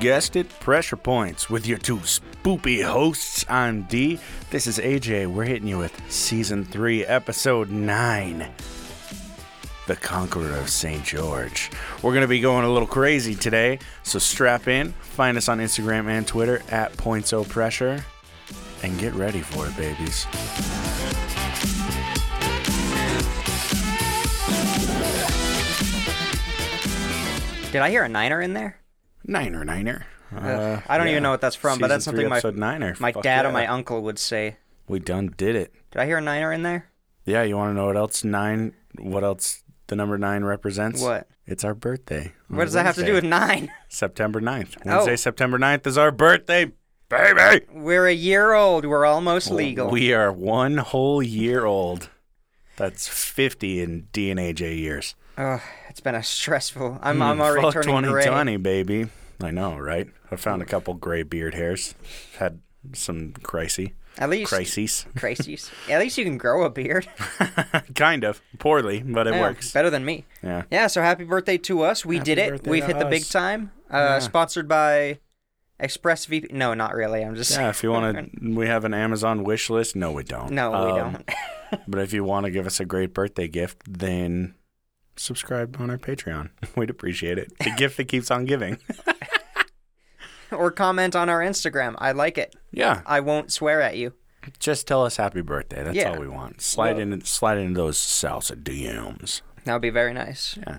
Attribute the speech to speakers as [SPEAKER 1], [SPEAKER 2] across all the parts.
[SPEAKER 1] guessed it, Pressure Points with your two spoopy hosts. I'm D. This is AJ. We're hitting you with Season 3, Episode 9 The Conqueror of St. George. We're going to be going a little crazy today, so strap in, find us on Instagram and Twitter at Points O Pressure, and get ready for it, babies.
[SPEAKER 2] Did I hear a niner in there?
[SPEAKER 1] Niner, Niner. Uh,
[SPEAKER 2] Ugh, I don't even know what that's from, but that's something my
[SPEAKER 1] episode niner.
[SPEAKER 2] my
[SPEAKER 1] Fuck
[SPEAKER 2] dad or
[SPEAKER 1] yeah.
[SPEAKER 2] my uncle would say.
[SPEAKER 1] We done did it.
[SPEAKER 2] Did I hear a niner in there?
[SPEAKER 1] Yeah, you want to know what else nine? What else the number nine represents?
[SPEAKER 2] What?
[SPEAKER 1] It's our birthday. on
[SPEAKER 2] What does that have to do with
[SPEAKER 1] Wednesday,
[SPEAKER 2] nine?
[SPEAKER 1] September 9th?
[SPEAKER 2] Oh.
[SPEAKER 1] Wednesday, September 9th is our birthday, baby.
[SPEAKER 2] We're a year old. We're almost legal.
[SPEAKER 1] We are one whole year old. That's 50 in DNAJ years.
[SPEAKER 2] Ugh, it's been a stressful. I'm I'm already
[SPEAKER 1] Hmm, Fuck
[SPEAKER 2] turning gray.
[SPEAKER 1] 2020, baby. I know, right? I found a couple gray beard hairs. Had some crisis.
[SPEAKER 2] At least
[SPEAKER 1] Crises.
[SPEAKER 2] crises. At least you can grow a beard.
[SPEAKER 1] kind of. Poorly, but it
[SPEAKER 2] Yeah,
[SPEAKER 1] works.
[SPEAKER 2] better than me.
[SPEAKER 1] Yeah.
[SPEAKER 2] Yeah. So happy birthday to us. We did it.
[SPEAKER 1] birthday
[SPEAKER 2] We've
[SPEAKER 1] to
[SPEAKER 2] hit the big
[SPEAKER 1] us.
[SPEAKER 2] time. Uh, Sponsored by ExpressVP. No, not really. I'm just.
[SPEAKER 1] Yeah, if you want to, we have an Amazon wish list. No, we don't.
[SPEAKER 2] No, we
[SPEAKER 1] Um,
[SPEAKER 2] don't.
[SPEAKER 1] But if you want to give us a great birthday gift, then subscribe on our Patreon. We'd appreciate it. The gift that keeps on giving.
[SPEAKER 2] or comment on our Instagram. I like it.
[SPEAKER 1] Yeah,
[SPEAKER 2] I won't swear at you.
[SPEAKER 1] just tell us happy birthday. That's
[SPEAKER 2] Yeah.
[SPEAKER 1] all we want. Slide in, slide into those salsa DMs.
[SPEAKER 2] That would be very nice.
[SPEAKER 1] Yeah,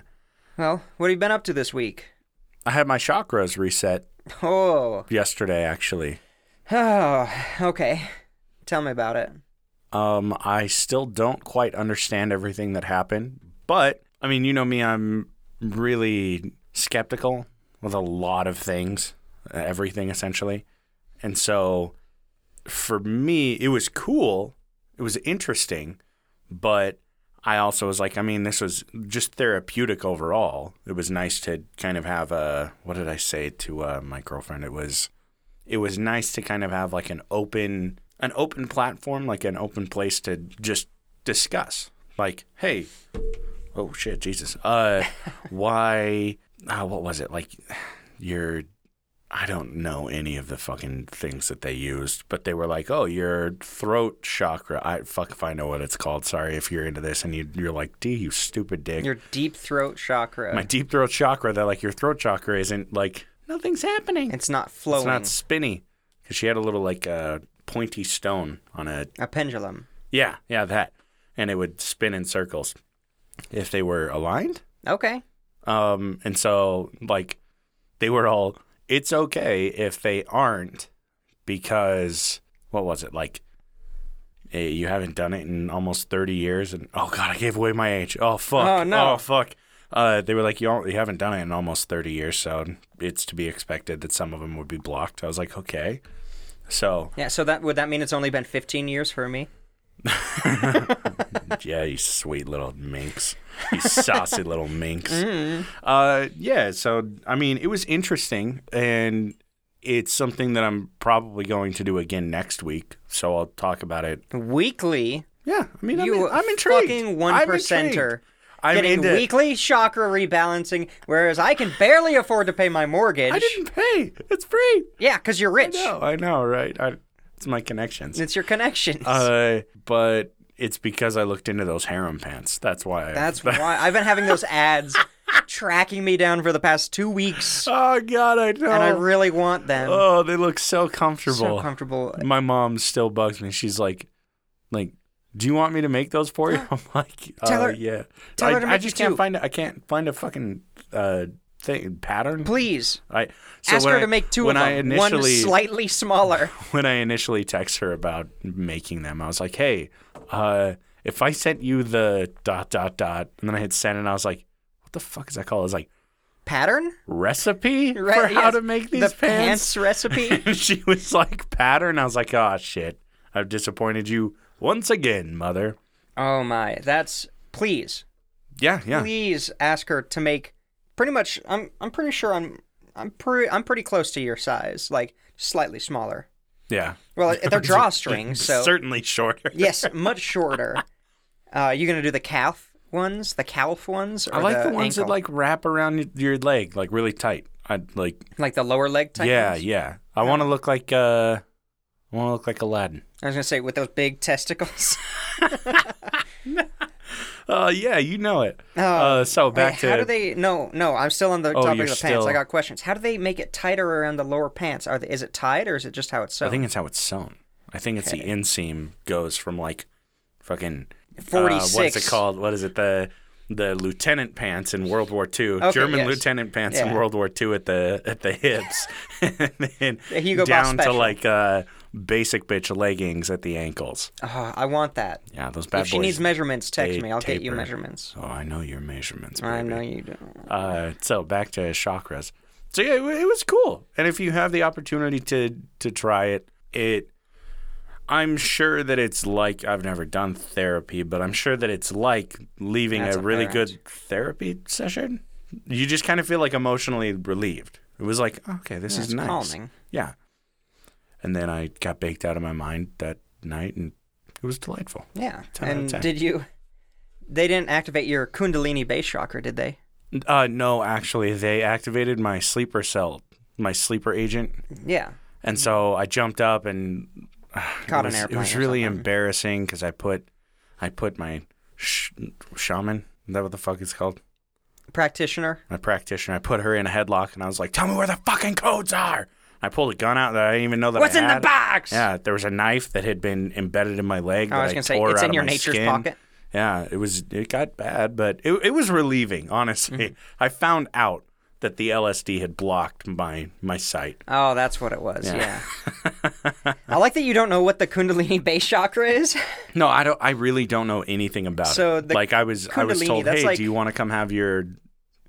[SPEAKER 2] Well, what have you been up to this week?
[SPEAKER 1] I had my chakras reset
[SPEAKER 2] Oh,
[SPEAKER 1] yesterday. Actually,
[SPEAKER 2] oh, okay. Tell me about it.
[SPEAKER 1] um, I still don't quite understand everything that happened, but I mean, you know me, I'm really skeptical with a lot of things, uh, everything essentially. And so for me, it was cool. It was interesting, but I also was like, I mean, this was just therapeutic overall. It was nice to kind of have a what did I say to uh, my girlfriend? It was it was nice to kind of have like an open an open platform, like an open place to just discuss. Like, hey, oh shit, Jesus, uh, why? Uh, what was it like? Your I don't know any of the fucking things that they used, but they were like, "Oh, your throat chakra." I fuck if I know what it's called. Sorry if you're into this and you, you're like, "D, you stupid dick."
[SPEAKER 2] Your deep throat chakra.
[SPEAKER 1] My deep throat chakra. That like your throat chakra isn't like nothing's happening.
[SPEAKER 2] it's not
[SPEAKER 1] it's
[SPEAKER 2] flowing.
[SPEAKER 1] not spinny because she had a little like uh, pointy stone on a
[SPEAKER 2] A pendulum.
[SPEAKER 1] yeah yeah that, and it would spin in circles if they were aligned.
[SPEAKER 2] Okay.
[SPEAKER 1] Um, and so like they were all it's okay if they aren't because what was it like? eh, you haven't done it in almost thirty years, and oh god, I gave away my age. Oh fuck.
[SPEAKER 2] Oh, no.
[SPEAKER 1] Oh fuck. Uh, they were like, you, all, you haven't done it in almost 30 years, so it's to be expected that some of them would be blocked. I was like, okay. So,
[SPEAKER 2] Yeah. So that would that mean it's only been 15 years for me?
[SPEAKER 1] yeah, you sweet little minx. You saucy little minx.
[SPEAKER 2] Mm.
[SPEAKER 1] Uh, yeah, so, I mean, it was interesting, and it's something that I'm probably going to do again next week. So I'll talk about it.
[SPEAKER 2] Weekly.
[SPEAKER 1] Yeah, I mean,
[SPEAKER 2] you
[SPEAKER 1] I'm, I'm intrigued.
[SPEAKER 2] fucking
[SPEAKER 1] I'm
[SPEAKER 2] one
[SPEAKER 1] intrigued.
[SPEAKER 2] percenter.
[SPEAKER 1] I'm
[SPEAKER 2] getting
[SPEAKER 1] into,
[SPEAKER 2] weekly chakra rebalancing, whereas I can barely afford to pay my mortgage.
[SPEAKER 1] I didn't pay. It's free.
[SPEAKER 2] Yeah, because you're rich.
[SPEAKER 1] No, I know, right? I, it's my connections.
[SPEAKER 2] It's your connections.
[SPEAKER 1] Uh, but it's because I looked into those harem pants. That's why. I,
[SPEAKER 2] That's why I've been having those ads tracking me down for the past two weeks,
[SPEAKER 1] Oh God, I know.
[SPEAKER 2] and I really want them.
[SPEAKER 1] oh, they look so comfortable.
[SPEAKER 2] so comfortable.
[SPEAKER 1] My mom still bugs me. She's like, like, do you want me to make those for you? I'm like,
[SPEAKER 2] Tell
[SPEAKER 1] uh,
[SPEAKER 2] her-
[SPEAKER 1] yeah.
[SPEAKER 2] tell
[SPEAKER 1] I,
[SPEAKER 2] her to
[SPEAKER 1] I
[SPEAKER 2] make
[SPEAKER 1] just
[SPEAKER 2] you
[SPEAKER 1] can't
[SPEAKER 2] two.
[SPEAKER 1] find. A, I can't find a fucking uh thing pattern.
[SPEAKER 2] Please
[SPEAKER 1] I so
[SPEAKER 2] ask
[SPEAKER 1] when
[SPEAKER 2] her
[SPEAKER 1] I-
[SPEAKER 2] to make two
[SPEAKER 1] when
[SPEAKER 2] of
[SPEAKER 1] I
[SPEAKER 2] them, one
[SPEAKER 1] initially-
[SPEAKER 2] slightly smaller.
[SPEAKER 1] when I initially text her about making them, I was like, hey, uh, if I sent you the dot dot dot, and then I hit send, and I was like, what the fuck is that called? I was like,
[SPEAKER 2] Pattern
[SPEAKER 1] recipe
[SPEAKER 2] Right,
[SPEAKER 1] for how
[SPEAKER 2] yes,
[SPEAKER 1] to make these
[SPEAKER 2] the pants, recipe.
[SPEAKER 1] And she was like, pattern. I was like, oh shit, I've disappointed you once again, mother.
[SPEAKER 2] oh my, that's please,
[SPEAKER 1] Yeah, yeah.
[SPEAKER 2] please ask her to make pretty much. I'm I'm pretty sure I'm I'm pretty I'm pretty close to your size, like slightly smaller.
[SPEAKER 1] Yeah.
[SPEAKER 2] Well, they're drawstrings, so
[SPEAKER 1] Certainly shorter.
[SPEAKER 2] yes, much shorter. Uh, you gonna do the calf ones, the calf ones? Or
[SPEAKER 1] I like the, ones
[SPEAKER 2] ankle?
[SPEAKER 1] that like wrap around y- your leg, like really tight. I like
[SPEAKER 2] like the lower leg type.
[SPEAKER 1] yeah,
[SPEAKER 2] ones? Oh.
[SPEAKER 1] yeah. I want to look like uh, I want to look like Aladdin.
[SPEAKER 2] I was gonna say with those big testicles.
[SPEAKER 1] Uh, yeah, you know it.
[SPEAKER 2] Oh,
[SPEAKER 1] uh, so
[SPEAKER 2] Wait,
[SPEAKER 1] back to
[SPEAKER 2] how do they? No, no. I'm still on the
[SPEAKER 1] Oh,
[SPEAKER 2] topic
[SPEAKER 1] you're
[SPEAKER 2] of the pants.
[SPEAKER 1] still-
[SPEAKER 2] I got questions. How do they make it tighter around the lower pants? Are they, is it tied or is it just how it's sewn?
[SPEAKER 1] I think it's how it's sewn. I think it's the inseam goes from like fucking forty six. uh, what is it
[SPEAKER 2] 46.
[SPEAKER 1] called? What is it the the lieutenant pants in World War II?
[SPEAKER 2] Okay,
[SPEAKER 1] German
[SPEAKER 2] yes.
[SPEAKER 1] lieutenant pants in
[SPEAKER 2] Yeah.
[SPEAKER 1] World War II at the at the hips, and then
[SPEAKER 2] The Hugo Boss
[SPEAKER 1] down to
[SPEAKER 2] special.
[SPEAKER 1] like uh, basic bitch leggings at the ankles.
[SPEAKER 2] Ah, I want that.
[SPEAKER 1] Yeah, those bad
[SPEAKER 2] if she
[SPEAKER 1] boys.
[SPEAKER 2] needs measurements, text
[SPEAKER 1] they
[SPEAKER 2] me. I'll get you
[SPEAKER 1] taper.
[SPEAKER 2] measurements.
[SPEAKER 1] oh, I know your measurements. Baby.
[SPEAKER 2] I know you don't.
[SPEAKER 1] Uh, so back to chakras. So yeah, it, wa- it was cool. And if you have the opportunity to to try it, it I'm sure that it's like I've never done therapy, but I'm sure that it's like leaving
[SPEAKER 2] That's
[SPEAKER 1] a
[SPEAKER 2] a
[SPEAKER 1] really
[SPEAKER 2] fair
[SPEAKER 1] good therapy session. You just kind of feel like emotionally relieved. It was like, okay, this
[SPEAKER 2] That's
[SPEAKER 1] is nice.
[SPEAKER 2] calming.
[SPEAKER 1] Yeah. And then I got baked out of my mind that night and it was delightful.
[SPEAKER 2] Yeah.
[SPEAKER 1] Ten out of
[SPEAKER 2] And
[SPEAKER 1] ten.
[SPEAKER 2] did you? They didn't activate your Kundalini base chakra, did they?
[SPEAKER 1] Uh, no, actually, they activated my sleeper cell, my sleeper agent.
[SPEAKER 2] Yeah.
[SPEAKER 1] And so I jumped up and it
[SPEAKER 2] Caught
[SPEAKER 1] was,
[SPEAKER 2] an airplane.
[SPEAKER 1] It was
[SPEAKER 2] or
[SPEAKER 1] really
[SPEAKER 2] something.
[SPEAKER 1] embarrassing because I put, I put my sh- shaman. Is that what the fuck it's called?
[SPEAKER 2] practitioner.
[SPEAKER 1] My practitioner. I put her in a headlock and I was like, "Tell me where the fucking codes are." I pulled a gun out that I didn't even know that. I
[SPEAKER 2] What's in the
[SPEAKER 1] had.
[SPEAKER 2] box?
[SPEAKER 1] Yeah, there was a knife that had been embedded in my leg.
[SPEAKER 2] Oh, I
[SPEAKER 1] that
[SPEAKER 2] was gonna say
[SPEAKER 1] tore
[SPEAKER 2] it's
[SPEAKER 1] out
[SPEAKER 2] in
[SPEAKER 1] of
[SPEAKER 2] your
[SPEAKER 1] my
[SPEAKER 2] nature's
[SPEAKER 1] skin.
[SPEAKER 2] pocket.
[SPEAKER 1] Yeah, it was. It got bad, but it it was relieving. Honestly,
[SPEAKER 2] Mm-hmm.
[SPEAKER 1] I found out that the LSD had blocked my my sight.
[SPEAKER 2] Oh, that's what it was. Yeah. I like that you don't know what the Kundalini base chakra is.
[SPEAKER 1] No, I don't. I really don't know anything about
[SPEAKER 2] So
[SPEAKER 1] it.
[SPEAKER 2] the
[SPEAKER 1] Like I was, I was
[SPEAKER 2] Kundalini,
[SPEAKER 1] told,
[SPEAKER 2] that's
[SPEAKER 1] hey,
[SPEAKER 2] like-
[SPEAKER 1] do you want to come have your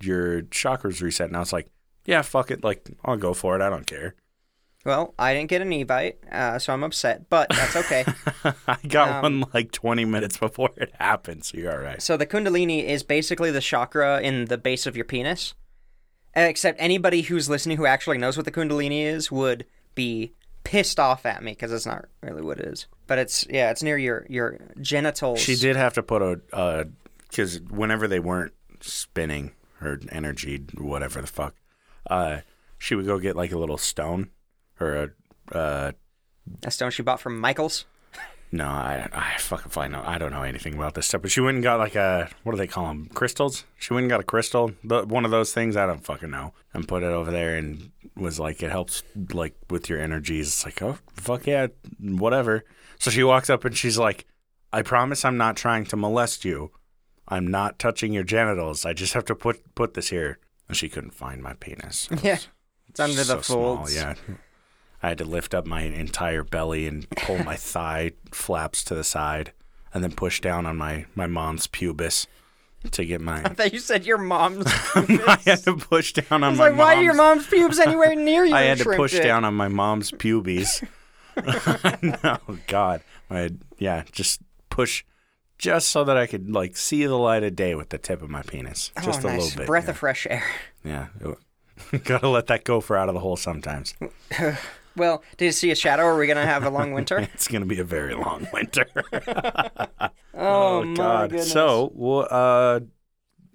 [SPEAKER 1] your chakras reset? And I was like, yeah, fuck it. Like I'll go for it. I don't care.
[SPEAKER 2] Well, I didn't get an e-bite, uh, so I'm upset, but that's okay.
[SPEAKER 1] I got
[SPEAKER 2] Um,
[SPEAKER 1] one like 20 minutes before it happened, so you're all right.
[SPEAKER 2] so the Kundalini is basically the chakra in the base of your penis. Except anybody who's listening who actually knows what the Kundalini is would be pissed off at me because it's not really what it is. But it's yeah, it's near your your genitals.
[SPEAKER 1] She did have to put a because whenever they weren't spinning her energy, whatever the fuck, uh, she would go get like a little stone or a uh,
[SPEAKER 2] a stone she bought from Michaels.
[SPEAKER 1] no, I I fucking find out. I don't know anything about this stuff. But she went and got like a what do they call them? Crystals. She went and got a crystal, but one of those things I don't fucking know, and put it over there and was like, it helps like with your energies. It's like, oh fuck yeah, whatever. So she walks up and she's like, I promise I'm not trying to molest you. I'm not touching your genitals. I just have to put put this here. And she couldn't find my penis. It
[SPEAKER 2] Yeah,
[SPEAKER 1] was
[SPEAKER 2] it's under the
[SPEAKER 1] so small,
[SPEAKER 2] folds.
[SPEAKER 1] yeah. I had to lift up my entire belly and pull my thigh flaps to the side and then push down on my, my mom's pubis to get
[SPEAKER 2] I
[SPEAKER 1] my.
[SPEAKER 2] thought you said your mom's.
[SPEAKER 1] I had to push down on
[SPEAKER 2] I was
[SPEAKER 1] my
[SPEAKER 2] like, why are your
[SPEAKER 1] mom's-
[SPEAKER 2] mom's pubes anywhere near you?
[SPEAKER 1] I had to
[SPEAKER 2] shrink
[SPEAKER 1] push
[SPEAKER 2] dick?
[SPEAKER 1] down on my mom's pubes. oh God, I yeah, just push, just so that I could like see the light of day with the tip of my penis, just
[SPEAKER 2] oh,
[SPEAKER 1] a
[SPEAKER 2] nice.
[SPEAKER 1] little bit.
[SPEAKER 2] Breath
[SPEAKER 1] yeah.
[SPEAKER 2] of fresh air.
[SPEAKER 1] yeah. Gotta let that go for out of the hole sometimes.
[SPEAKER 2] Well, did you see a shadow? Are we gonna have a long winter?
[SPEAKER 1] It's gonna be a very long winter.
[SPEAKER 2] oh, my goodness.
[SPEAKER 1] So, wha- uh,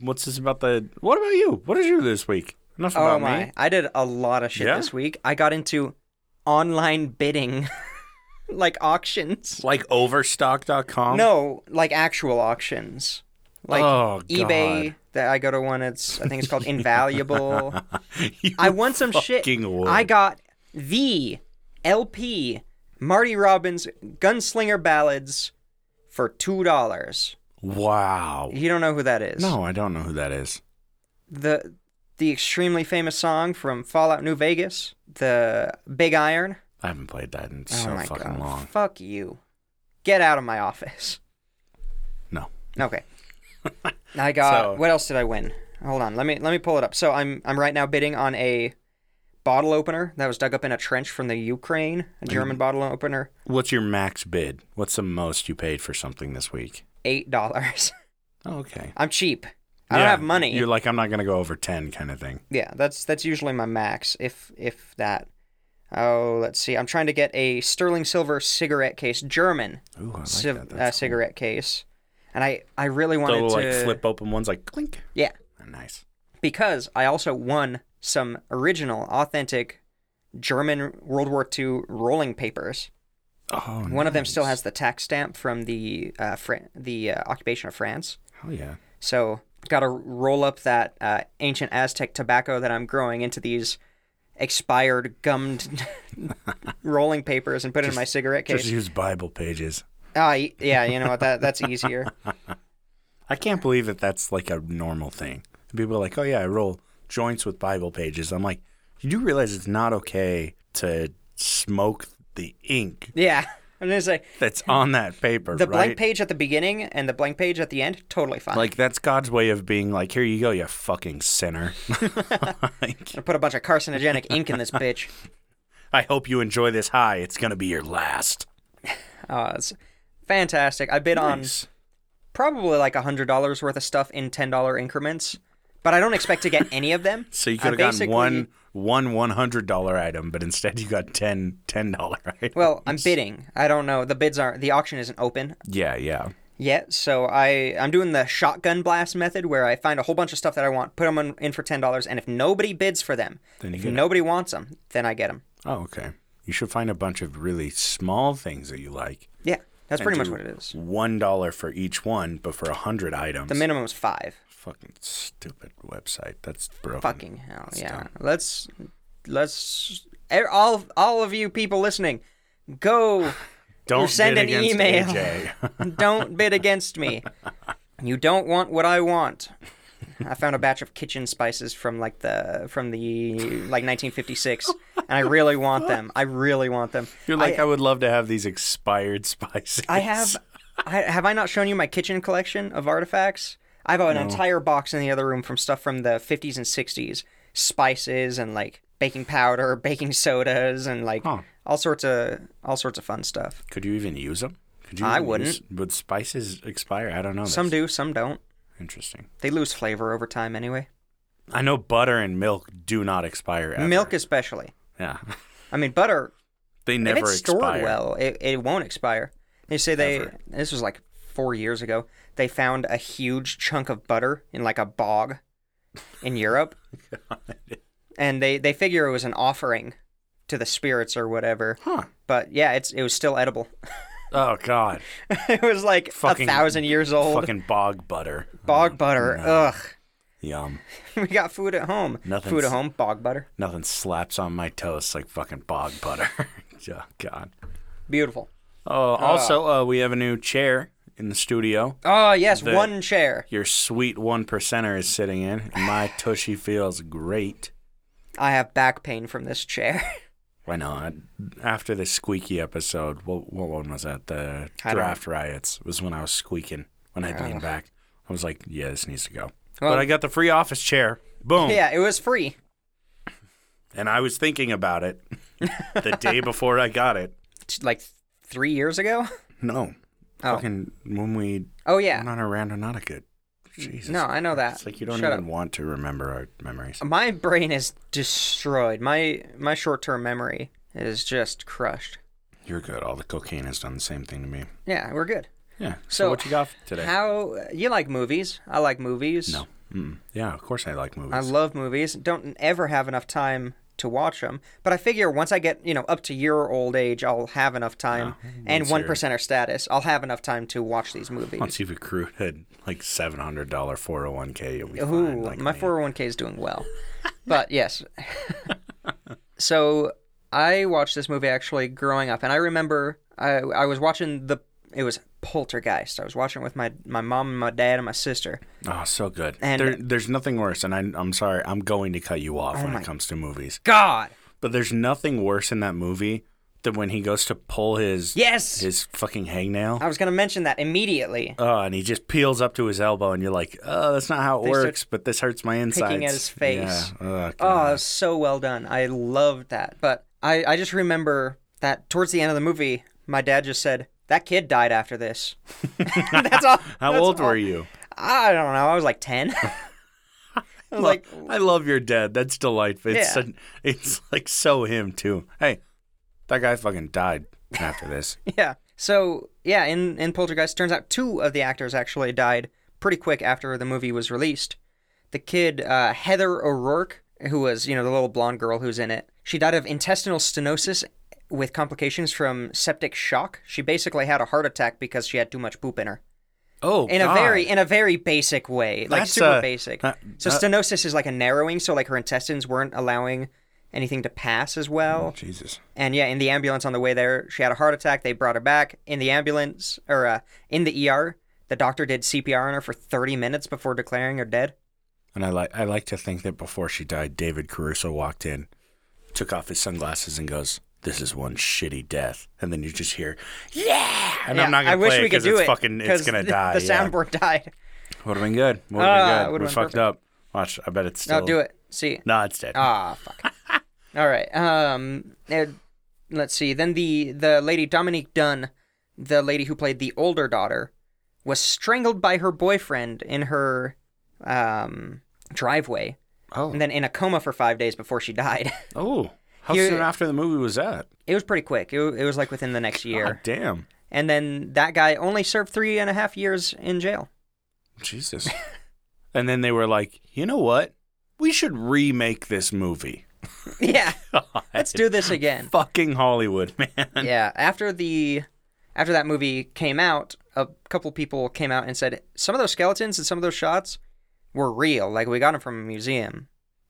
[SPEAKER 1] what's this about the? What about you? What did you do this week? Enough
[SPEAKER 2] oh
[SPEAKER 1] about
[SPEAKER 2] my!
[SPEAKER 1] me.
[SPEAKER 2] I did a lot of shit
[SPEAKER 1] Yeah?
[SPEAKER 2] this week. I got into online bidding, like auctions.
[SPEAKER 1] Like Overstock.com.
[SPEAKER 2] No, like actual auctions, like
[SPEAKER 1] Oh,
[SPEAKER 2] eBay.
[SPEAKER 1] God.
[SPEAKER 2] That I go to one. It's I think it's called Invaluable.
[SPEAKER 1] You
[SPEAKER 2] I won some shit.
[SPEAKER 1] fucking would.
[SPEAKER 2] I got the LP Marty Robbins Gunslinger Ballads for two dollars.
[SPEAKER 1] Wow.
[SPEAKER 2] You don't know who that is?
[SPEAKER 1] No, I don't know who that is.
[SPEAKER 2] The the extremely famous song from Fallout New Vegas, the Big Iron.
[SPEAKER 1] I haven't played that in so
[SPEAKER 2] oh my
[SPEAKER 1] fucking
[SPEAKER 2] god!
[SPEAKER 1] long.
[SPEAKER 2] Fuck you! Get out of my office.
[SPEAKER 1] No.
[SPEAKER 2] Okay. I got
[SPEAKER 1] So-
[SPEAKER 2] what else did I win? Hold on, let me let me pull it up. So I'm I'm right now bidding on a bottle opener that was dug up in a trench from the Ukraine, a German bottle opener,
[SPEAKER 1] What's your max bid? What's the most you paid for something this week?
[SPEAKER 2] eight dollars.
[SPEAKER 1] Oh, okay.
[SPEAKER 2] I'm cheap. I don't
[SPEAKER 1] Yeah,
[SPEAKER 2] have money.
[SPEAKER 1] You're like, I'm not gonna go over ten, kind of thing.
[SPEAKER 2] Yeah, that's that's usually my max if if that. Oh, let's see. I'm trying to get a sterling silver cigarette case, German
[SPEAKER 1] Ooh, I like
[SPEAKER 2] civ-
[SPEAKER 1] that.
[SPEAKER 2] uh,
[SPEAKER 1] That's cool.
[SPEAKER 2] cigarette case, and I I really
[SPEAKER 1] The
[SPEAKER 2] wanted
[SPEAKER 1] little,
[SPEAKER 2] to
[SPEAKER 1] like flip open ones, like clink.
[SPEAKER 2] Yeah,
[SPEAKER 1] Nice.
[SPEAKER 2] because I also won some original, authentic German World War II rolling papers.
[SPEAKER 1] Oh,
[SPEAKER 2] One of them still
[SPEAKER 1] nice.
[SPEAKER 2] has the tax stamp from the uh, Fran- the uh, occupation of France.
[SPEAKER 1] Oh yeah.
[SPEAKER 2] So got to roll up that uh, ancient Aztec tobacco that I'm growing into these expired gummed rolling papers and put it in my cigarette
[SPEAKER 1] Just
[SPEAKER 2] case.
[SPEAKER 1] use Bible pages.
[SPEAKER 2] Ah, y yeah, you know what? That that's easier.
[SPEAKER 1] I can't believe that that's like a normal thing. People are like, "Oh yeah, I roll joints with Bible pages." I'm like, "You do realize it's not okay to smoke the ink
[SPEAKER 2] yeah, I'm gonna say
[SPEAKER 1] that's on that paper,
[SPEAKER 2] the
[SPEAKER 1] right?"
[SPEAKER 2] blank page at the beginning and the blank page at the end totally fine.
[SPEAKER 1] like that's God's way of being like, "Here you go, you fucking sinner." Like,
[SPEAKER 2] I put a bunch of carcinogenic ink in this bitch.
[SPEAKER 1] I hope you enjoy this high. It's gonna be your last.
[SPEAKER 2] Oh, it's fantastic. I bid on
[SPEAKER 1] Nice.
[SPEAKER 2] probably like hundred dollars worth of stuff in ten dollar increments, but I don't expect to get any of them.
[SPEAKER 1] So you
[SPEAKER 2] I
[SPEAKER 1] could have gotten
[SPEAKER 2] basically-
[SPEAKER 1] one one one hundred dollar item, but instead you got ten ten dollar items.
[SPEAKER 2] Well, I'm bidding. I don't know. The bids aren't. The auction isn't open
[SPEAKER 1] yeah, yeah.
[SPEAKER 2] yet, so I I'm doing the shotgun blast method where I find a whole bunch of stuff that I want, put them in, in for ten dollars, and if nobody bids for them,
[SPEAKER 1] Then you
[SPEAKER 2] if
[SPEAKER 1] get 'em.
[SPEAKER 2] nobody wants them, then I get them.
[SPEAKER 1] Oh, okay. You should find a bunch of really small things that you like.
[SPEAKER 2] Yeah, that's
[SPEAKER 1] and
[SPEAKER 2] pretty much
[SPEAKER 1] do
[SPEAKER 2] what it is.
[SPEAKER 1] One dollar for each one, but for a hundred items.
[SPEAKER 2] The minimum is five.
[SPEAKER 1] Fucking stupid website. That's broken.
[SPEAKER 2] Fucking hell, yeah. Let's let's e- all all of you people listening, go.
[SPEAKER 1] Don't
[SPEAKER 2] send
[SPEAKER 1] bid
[SPEAKER 2] an
[SPEAKER 1] against
[SPEAKER 2] email.
[SPEAKER 1] AJ.
[SPEAKER 2] don't bid against me. You don't want what I want. I found a batch of kitchen spices from like the from the like 1956, and I really want them. I really want them.
[SPEAKER 1] Oh You're like, I, would love to have these expired spices.
[SPEAKER 2] I have, I, have I not shown you my kitchen collection of artifacts? I have an entire box in the other room from stuff from the 50s and 60s, spices and like baking powder, baking sodas, and like
[SPEAKER 1] Huh.
[SPEAKER 2] all sorts of all sorts of fun stuff.
[SPEAKER 1] Could you even use them? Could you
[SPEAKER 2] I
[SPEAKER 1] even
[SPEAKER 2] wouldn't.
[SPEAKER 1] use- would spices expire? I don't know.
[SPEAKER 2] Some
[SPEAKER 1] Oh, That's
[SPEAKER 2] do, some don't.
[SPEAKER 1] Interesting.
[SPEAKER 2] They lose flavor over time anyway.
[SPEAKER 1] I know butter and milk do not expire. Ever.
[SPEAKER 2] Milk especially.
[SPEAKER 1] Yeah.
[SPEAKER 2] I mean, butter,
[SPEAKER 1] They never
[SPEAKER 2] if it's stored
[SPEAKER 1] expire.
[SPEAKER 2] well, it, it won't expire. They say they,
[SPEAKER 1] Ever.
[SPEAKER 2] this was like four years ago, they found a huge chunk of butter in like a bog in Europe. And they, they figure it was an offering to the spirits or whatever.
[SPEAKER 1] Huh.
[SPEAKER 2] But yeah, it's it was still edible.
[SPEAKER 1] Oh God.
[SPEAKER 2] it was like
[SPEAKER 1] Fucking-
[SPEAKER 2] a thousand years old.
[SPEAKER 1] Fucking bog butter.
[SPEAKER 2] Bog butter. Ugh.
[SPEAKER 1] Yum.
[SPEAKER 2] we got food at home.
[SPEAKER 1] Nothing's-
[SPEAKER 2] Food at home, bog butter.
[SPEAKER 1] Nothing slaps on my toast like fucking bog butter. oh God.
[SPEAKER 2] Beautiful.
[SPEAKER 1] Oh, also, uh, we have a new chair in the studio.
[SPEAKER 2] Oh, yes,
[SPEAKER 1] The-
[SPEAKER 2] one chair.
[SPEAKER 1] Your sweet one percenter is sitting in. and My tushy feels great.
[SPEAKER 2] I have back pain from this chair.
[SPEAKER 1] Why not? After the squeaky episode, what, what one was that? The
[SPEAKER 2] I don't-
[SPEAKER 1] draft riots was when I was squeaking when I
[SPEAKER 2] Oh.
[SPEAKER 1] leaned back. I was like, yeah, this needs to go.
[SPEAKER 2] Well-
[SPEAKER 1] but I got the free office chair. Boom.
[SPEAKER 2] yeah, it was free.
[SPEAKER 1] And I was thinking about it the day before I got it.
[SPEAKER 2] t- like th- three years ago.
[SPEAKER 1] No.
[SPEAKER 2] Oh.
[SPEAKER 1] Fucking when we
[SPEAKER 2] Oh yeah.
[SPEAKER 1] went on a Randonautica. Jesus.
[SPEAKER 2] No, I know that.
[SPEAKER 1] It's like you don't
[SPEAKER 2] Shut Um,
[SPEAKER 1] even want to remember our memories.
[SPEAKER 2] up. My brain is destroyed. My my short term memory is just crushed.
[SPEAKER 1] You're good. All the cocaine has done the same thing to me.
[SPEAKER 2] Yeah, we're good.
[SPEAKER 1] Yeah. So,
[SPEAKER 2] So,
[SPEAKER 1] what you got for today?
[SPEAKER 2] How you like movies? I like movies.
[SPEAKER 1] no. Mm. Yeah, of course I like movies.
[SPEAKER 2] I love movies. Don't ever have enough time to watch them. But I figure once I get you know up to your old age, I'll have enough time.
[SPEAKER 1] Yeah,
[SPEAKER 2] and
[SPEAKER 1] once
[SPEAKER 2] one
[SPEAKER 1] you're-
[SPEAKER 2] percenter status, I'll have enough time to watch these movies.
[SPEAKER 1] Once you've accrued at like seven hundred dollar four hundred one k, you'll be fine.
[SPEAKER 2] Ooh,
[SPEAKER 1] Like
[SPEAKER 2] my
[SPEAKER 1] me.
[SPEAKER 2] 401k is doing well. but yes. so I watched this movie actually growing up, and I remember I, I was watching the it was Poltergeist. I was watching it with my my mom and my dad and my sister.
[SPEAKER 1] Oh, so good.
[SPEAKER 2] And-
[SPEAKER 1] there, there's nothing worse, and I, I'm sorry, I'm going to cut you off when
[SPEAKER 2] Oh my-
[SPEAKER 1] it comes to movies.
[SPEAKER 2] God.
[SPEAKER 1] But there's nothing worse in that movie than when he goes to pull his
[SPEAKER 2] Yes.
[SPEAKER 1] his fucking hangnail.
[SPEAKER 2] I was gonna mention that immediately.
[SPEAKER 1] Oh, and he just peels up to his elbow, and you're like, "Oh, that's not how it
[SPEAKER 2] They start
[SPEAKER 1] works," but this hurts my insides.
[SPEAKER 2] at his face.
[SPEAKER 1] Yeah. Oh,
[SPEAKER 2] Oh,
[SPEAKER 1] God.
[SPEAKER 2] that was so well done. I loved that. But I, I just remember that towards the end of the movie, my dad just said, That kid died after this. that's all.
[SPEAKER 1] how
[SPEAKER 2] that's
[SPEAKER 1] old
[SPEAKER 2] all.
[SPEAKER 1] were you?
[SPEAKER 2] I don't know. I was like 10. I was like,
[SPEAKER 1] I love your dad. That's delightful. It's
[SPEAKER 2] Yeah.
[SPEAKER 1] such- it's like so him too. Hey, that guy fucking died after this.
[SPEAKER 2] yeah. So, yeah, in, in Poltergeist, turns out two of the actors actually died pretty quick after the movie was released. the kid uh, Heather O'Rourke, who was you know the little blonde girl who's in it, she died of intestinal stenosis with complications from septic shock. She basically had a heart attack because she had too much poop in her.
[SPEAKER 1] Oh,
[SPEAKER 2] In a
[SPEAKER 1] God.
[SPEAKER 2] very in a very basic way, like
[SPEAKER 1] That's,
[SPEAKER 2] super
[SPEAKER 1] uh,
[SPEAKER 2] basic.
[SPEAKER 1] uh,
[SPEAKER 2] so
[SPEAKER 1] uh,
[SPEAKER 2] stenosis is like a narrowing, so like her intestines weren't allowing anything to pass as well.
[SPEAKER 1] Jesus.
[SPEAKER 2] And yeah, in the ambulance on the way there, she had a heart attack. They brought her back in the ambulance or uh, in the ER. The doctor did CPR on her for 30 minutes before declaring her dead.
[SPEAKER 1] And I like I like to think that before she died, David Caruso walked in, took off his sunglasses, and goes, "This is one shitty death." And then you just hear, "Yeah!" And
[SPEAKER 2] Yeah,
[SPEAKER 1] I'm not gonna
[SPEAKER 2] I wish
[SPEAKER 1] play
[SPEAKER 2] we
[SPEAKER 1] it
[SPEAKER 2] could
[SPEAKER 1] 'cause
[SPEAKER 2] do
[SPEAKER 1] it's
[SPEAKER 2] it.
[SPEAKER 1] fucking it's
[SPEAKER 2] 'cause
[SPEAKER 1] gonna
[SPEAKER 2] the-
[SPEAKER 1] die.
[SPEAKER 2] The
[SPEAKER 1] yeah.
[SPEAKER 2] soundboard died.
[SPEAKER 1] would have been good. Would
[SPEAKER 2] Ah,
[SPEAKER 1] have been good.
[SPEAKER 2] would've
[SPEAKER 1] We
[SPEAKER 2] been
[SPEAKER 1] fucked
[SPEAKER 2] perfect.
[SPEAKER 1] up. Watch, I bet it's still.
[SPEAKER 2] No, do it. See.
[SPEAKER 1] No, it's dead.
[SPEAKER 2] Ah, fuck. All right. Um, uh, let's see. Then the the lady Dominique Dunn, the lady who played the older daughter, was strangled by her boyfriend in her um driveway,
[SPEAKER 1] oh,
[SPEAKER 2] and then in a coma for five days before she died.
[SPEAKER 1] oh. How
[SPEAKER 2] Here-
[SPEAKER 1] soon after the movie was that?
[SPEAKER 2] It was pretty quick. It, wa- it was like within the next year.
[SPEAKER 1] God damn.
[SPEAKER 2] And then that guy only served three and a half years in jail.
[SPEAKER 1] Jesus. and then they were like, you know what? We should remake this movie.
[SPEAKER 2] yeah. Let's do this again.
[SPEAKER 1] Fucking Hollywood, man.
[SPEAKER 2] yeah. After the after that movie came out, a couple people came out and said some of those skeletons and some of those shots were real. Like we got them from a museum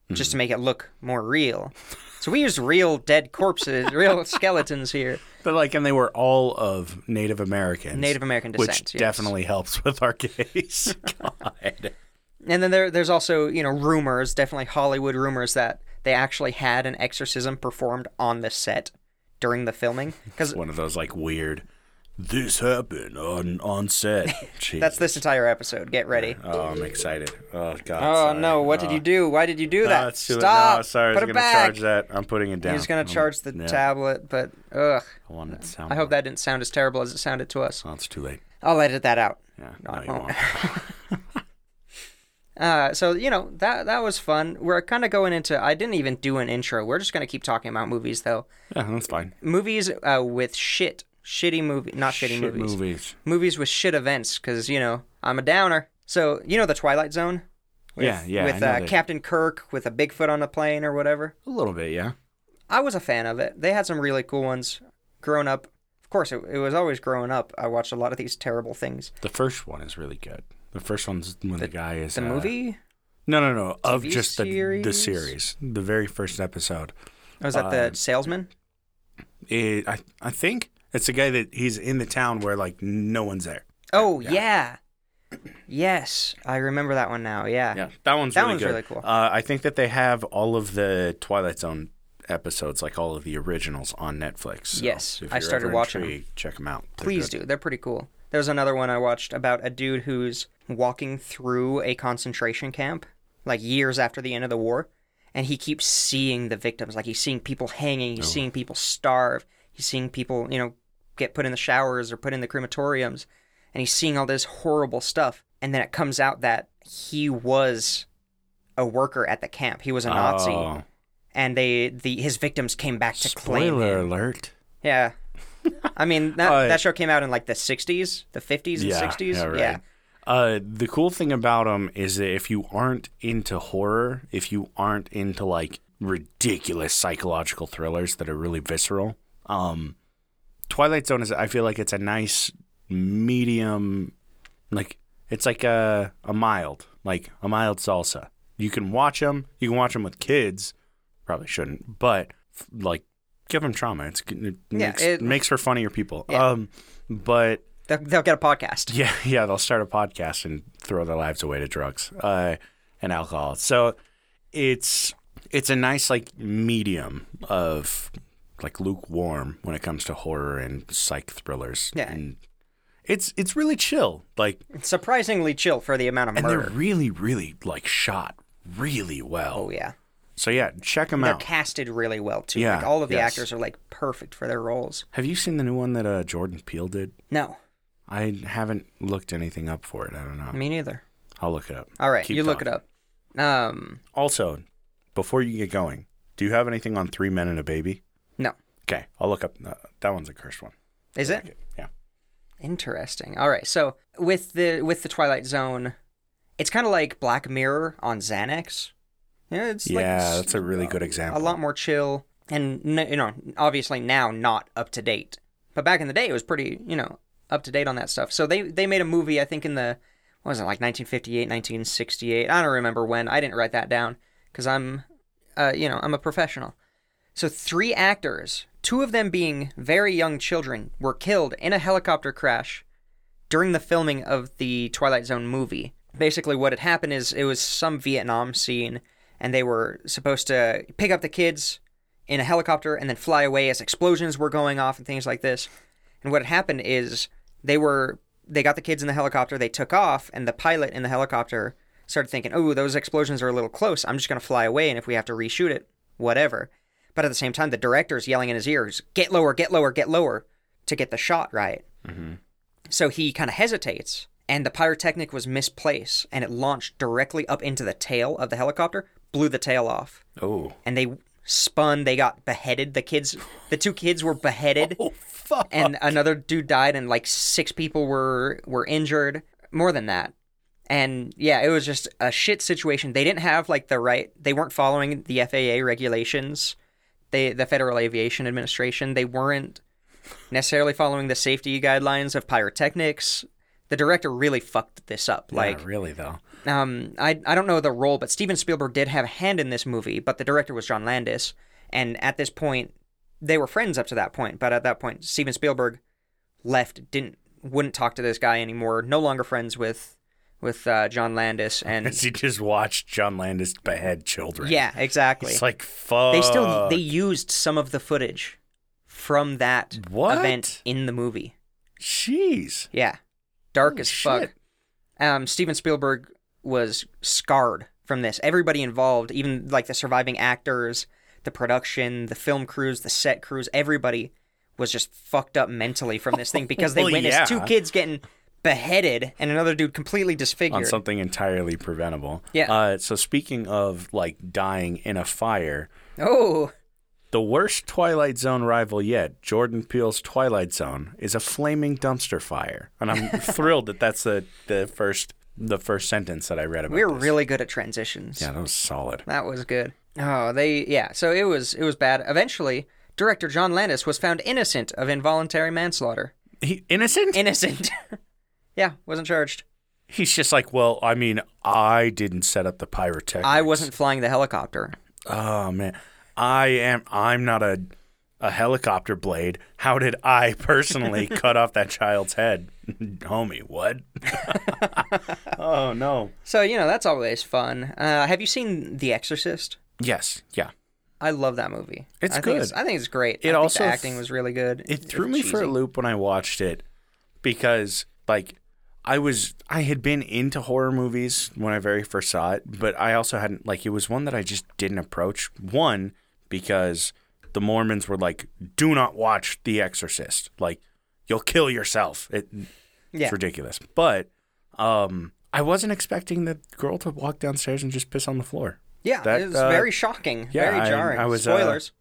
[SPEAKER 1] Hmm.
[SPEAKER 2] just to make it look more real. So we used real dead corpses, real skeletons here.
[SPEAKER 1] But like, and they were all of Native Americans.
[SPEAKER 2] Native American descent,
[SPEAKER 1] Which
[SPEAKER 2] yes.
[SPEAKER 1] definitely helps with our case. God.
[SPEAKER 2] And then there, there's also, you know, rumors, definitely Hollywood rumors that they actually had an exorcism performed on the set during the filming. Because
[SPEAKER 1] One of those like weird, this happened on, on set. Jeez.
[SPEAKER 2] that's this entire episode. Get ready.
[SPEAKER 1] Oh, I'm excited. Oh, God.
[SPEAKER 2] Oh
[SPEAKER 1] sorry.
[SPEAKER 2] no! What did you do? Why did you do
[SPEAKER 1] uh, No,
[SPEAKER 2] that?
[SPEAKER 1] it's too late.
[SPEAKER 2] Stop!
[SPEAKER 1] No, sorry.
[SPEAKER 2] Put
[SPEAKER 1] I was
[SPEAKER 2] it
[SPEAKER 1] gonna
[SPEAKER 2] back.
[SPEAKER 1] charge that. I'm putting it down.
[SPEAKER 2] He's gonna
[SPEAKER 1] I'm-
[SPEAKER 2] charge the
[SPEAKER 1] yeah,
[SPEAKER 2] tablet, but ugh.
[SPEAKER 1] I wanted to sound.
[SPEAKER 2] I hope that didn't sound as terrible as it sounded to us.
[SPEAKER 1] Oh, it's too late.
[SPEAKER 2] I'll edit that out.
[SPEAKER 1] Yeah.
[SPEAKER 2] No,
[SPEAKER 1] No,
[SPEAKER 2] I
[SPEAKER 1] you
[SPEAKER 2] won't.
[SPEAKER 1] won't.
[SPEAKER 2] Uh, so you know that that was fun. We're kind of going into. I didn't even do an intro. We're just gonna keep talking about movies though.
[SPEAKER 1] Yeah, that's fine.
[SPEAKER 2] Movies uh, with shit, shitty movie, not shitty
[SPEAKER 1] Shit
[SPEAKER 2] movies. Movies with shit events, because you know I'm a downer. So you know the Twilight Zone. With,
[SPEAKER 1] yeah, yeah. I
[SPEAKER 2] With
[SPEAKER 1] know
[SPEAKER 2] uh,
[SPEAKER 1] that-
[SPEAKER 2] Captain Kirk with a Bigfoot on a plane or whatever.
[SPEAKER 1] a little bit, yeah.
[SPEAKER 2] I was a fan of it. They had some really cool ones. Growing up, of course, it, it was always growing up. I watched a lot of these terrible things.
[SPEAKER 1] The first one is really good. The first one's when the, guy is
[SPEAKER 2] The
[SPEAKER 1] uh,
[SPEAKER 2] movie
[SPEAKER 1] No, no, no. Of
[SPEAKER 2] TV
[SPEAKER 1] just the the
[SPEAKER 2] series?
[SPEAKER 1] series, the very first episode.
[SPEAKER 2] Or was Oh, that the
[SPEAKER 1] um,
[SPEAKER 2] salesman.
[SPEAKER 1] It, I I think it's the guy that he's in the town where like no one's there.
[SPEAKER 2] Oh
[SPEAKER 1] yeah.
[SPEAKER 2] yeah. yes, I remember that one now. Yeah,
[SPEAKER 1] that one's
[SPEAKER 2] That
[SPEAKER 1] really
[SPEAKER 2] one's
[SPEAKER 1] good.
[SPEAKER 2] really cool.
[SPEAKER 1] Uh, I think that they have all of the Twilight Zone episodes, like all of the originals, on Netflix. So
[SPEAKER 2] Yes,
[SPEAKER 1] if
[SPEAKER 2] I
[SPEAKER 1] you're
[SPEAKER 2] started
[SPEAKER 1] ever
[SPEAKER 2] watching
[SPEAKER 1] intrigued, Check them out. They're
[SPEAKER 2] please
[SPEAKER 1] good.
[SPEAKER 2] do. They're pretty cool. There's another one I watched about a dude who's walking through a concentration camp, like years after the end of the war, and he keeps seeing the victims. Like he's seeing people hanging,
[SPEAKER 1] Oh.
[SPEAKER 2] he's seeing people starve, he's seeing people, you know, get put in the showers or put in the crematoriums, and he's seeing all this horrible stuff. And then it comes out that he was a worker at the camp. He was a Nazi,
[SPEAKER 1] Oh.
[SPEAKER 2] and they the his victims came back to claim him.
[SPEAKER 1] Spoiler alert.
[SPEAKER 2] Yeah. I mean, that,
[SPEAKER 1] Uh,
[SPEAKER 2] that show came out in like the 60s, the 50s and 60s.
[SPEAKER 1] Yeah, right.
[SPEAKER 2] yeah.
[SPEAKER 1] Uh, the cool thing about them is that if you aren't into horror, if you aren't into like ridiculous psychological thrillers that are really visceral, um, Twilight Zone is. I feel like it's a nice medium. Like it's like a a mild, like a mild salsa. You can watch them. You can watch them with kids. Probably shouldn't, but f- like give them trauma. It's it makes,
[SPEAKER 2] Yeah, it-
[SPEAKER 1] makes for funnier people.
[SPEAKER 2] Yeah.
[SPEAKER 1] Um, but
[SPEAKER 2] They'll, they'll get a podcast.
[SPEAKER 1] yeah, yeah, they'll start a podcast and throw their lives away to drugs uh, and alcohol. So it's it's a nice like medium of like lukewarm when it comes to horror and psych thrillers.
[SPEAKER 2] Yeah.
[SPEAKER 1] and it's it's really chill. Like,
[SPEAKER 2] It's surprisingly chill for the amount of
[SPEAKER 1] and
[SPEAKER 2] murder.
[SPEAKER 1] they're really really like shot really well.
[SPEAKER 2] Oh, yeah.
[SPEAKER 1] So yeah, check them
[SPEAKER 2] They're
[SPEAKER 1] out.
[SPEAKER 2] casted really well, too.
[SPEAKER 1] Yeah,
[SPEAKER 2] like, all of the
[SPEAKER 1] yes.
[SPEAKER 2] actors are like perfect for their roles.
[SPEAKER 1] Have you seen the new one that uh, Jordan Peele did?
[SPEAKER 2] No,
[SPEAKER 1] I haven't looked anything up for it. I don't know.
[SPEAKER 2] me neither.
[SPEAKER 1] I'll look it up.
[SPEAKER 2] All right,
[SPEAKER 1] Keep
[SPEAKER 2] you look it
[SPEAKER 1] talking.
[SPEAKER 2] up. Um,
[SPEAKER 1] Also, before you get going, do you have anything on Three Men and a Baby?
[SPEAKER 2] no.
[SPEAKER 1] Okay, I'll look up. Uh, that one's a cursed one.
[SPEAKER 2] Is it?
[SPEAKER 1] Yeah.
[SPEAKER 2] Interesting. All right. So with the with the Twilight Zone, It's kind of like Black Mirror on Xanax. Yeah, it's like
[SPEAKER 1] yeah,
[SPEAKER 2] s-
[SPEAKER 1] that's a really good
[SPEAKER 2] a
[SPEAKER 1] example.
[SPEAKER 2] lot more chill and n- you know obviously now not up to date but back in the day it was pretty you know up to date on that stuff so they they made a movie i think in the what was it like 1958 1968 i don't remember when i didn't write that down because i'm uh, you know i'm a professional so three actors two of them being very young children were killed in a helicopter crash during the filming of the Twilight Zone movie. Basically, what had happened is it was some Vietnam scene, and they were supposed to pick up the kids in a helicopter and then fly away as explosions were going off and things like this. And what had happened is they were they got the kids in the helicopter, they took off, and the pilot in the helicopter started thinking, "Oh, those explosions are a little close. I'm just going to fly away, and if we have to reshoot it, whatever." But at the same time, the director's yelling in his ears, "Get lower, get lower, get lower," to get the shot right. So he kind of hesitates, and the pyrotechnic was misplaced, and it launched directly up into the tail of the helicopter, blew the tail off,
[SPEAKER 1] oh,
[SPEAKER 2] and they spun. They got beheaded. The kids, the two kids, were beheaded,
[SPEAKER 1] oh, fuck.
[SPEAKER 2] and another dude died, and like six people were were injured, more than that. And yeah, it was just a shit situation. They didn't have like the right. They weren't following the FAA regulations, they the Federal Aviation Administration. They weren't necessarily following the safety guidelines of pyrotechnics. The director really fucked this up. Like
[SPEAKER 1] yeah, really though.
[SPEAKER 2] um, I, I don't know the role, but Steven Spielberg did have a hand in this movie, but the director was John Landis. And at this point, they were friends up to that point, but at that point, Steven Spielberg left, didn't, wouldn't talk to this guy anymore, no longer friends with, with uh, John Landis. And
[SPEAKER 1] Because he just watched John Landis behead children.
[SPEAKER 2] yeah, exactly.
[SPEAKER 1] It's like fuck.
[SPEAKER 2] they still, they used some of the footage from that
[SPEAKER 1] What?
[SPEAKER 2] event in the movie.
[SPEAKER 1] Jeez.
[SPEAKER 2] Yeah. Dark
[SPEAKER 1] Holy
[SPEAKER 2] as fuck.
[SPEAKER 1] shit.
[SPEAKER 2] Um, Steven Spielberg was scarred from this. Everybody involved, even like the surviving actors, the production, the film crews, the set crews, everybody was just fucked up mentally from this thing because they
[SPEAKER 1] Well,
[SPEAKER 2] witnessed
[SPEAKER 1] yeah.
[SPEAKER 2] two kids getting beheaded and another dude completely
[SPEAKER 1] on
[SPEAKER 2] disfigured.
[SPEAKER 1] something entirely preventable.
[SPEAKER 2] Yeah.
[SPEAKER 1] Uh, so speaking of like dying in a fire,
[SPEAKER 2] oh,
[SPEAKER 1] the worst Twilight Zone rival yet, Jordan Peele's Twilight Zone, is a flaming dumpster fire, and I'm thrilled that that's the the first the first sentence that I read about.
[SPEAKER 2] we're
[SPEAKER 1] this.
[SPEAKER 2] really good at transitions.
[SPEAKER 1] yeah, that was solid.
[SPEAKER 2] That was good. Oh, they yeah. So it was it was bad. Eventually, director John Landis was found innocent of involuntary manslaughter.
[SPEAKER 1] He, innocent?
[SPEAKER 2] innocent. yeah, wasn't charged.
[SPEAKER 1] He's just like, well, I mean, I didn't set up the pyrotechnics.
[SPEAKER 2] I wasn't flying the helicopter.
[SPEAKER 1] Oh man, I am. I'm not a a helicopter blade. How did I personally cut off that child's head, homie? What? oh no.
[SPEAKER 2] So, you know, that's always fun. Uh, have you seen The Exorcist?
[SPEAKER 1] Yes. Yeah.
[SPEAKER 2] I love that movie.
[SPEAKER 1] It's
[SPEAKER 2] I think
[SPEAKER 1] good.
[SPEAKER 2] I think it's great. I
[SPEAKER 1] It
[SPEAKER 2] think
[SPEAKER 1] also
[SPEAKER 2] the
[SPEAKER 1] f-
[SPEAKER 2] acting was really good.
[SPEAKER 1] It
[SPEAKER 2] was
[SPEAKER 1] threw me for a
[SPEAKER 2] cheesy.
[SPEAKER 1] loop when I watched it because, like, I was I had been into horror movies when I very first saw it, but I also hadn't like it was one that I just didn't approach. One because the Mormons were like, "Do not watch The Exorcist. Like, you'll kill yourself." It,
[SPEAKER 2] Yeah.
[SPEAKER 1] It's ridiculous. But um, I wasn't expecting the girl to walk downstairs and just piss on the floor.
[SPEAKER 2] Yeah,
[SPEAKER 1] That,
[SPEAKER 2] it was
[SPEAKER 1] uh,
[SPEAKER 2] very shocking,
[SPEAKER 1] yeah, I-
[SPEAKER 2] very jarring.
[SPEAKER 1] I was, uh,
[SPEAKER 2] Spoilers.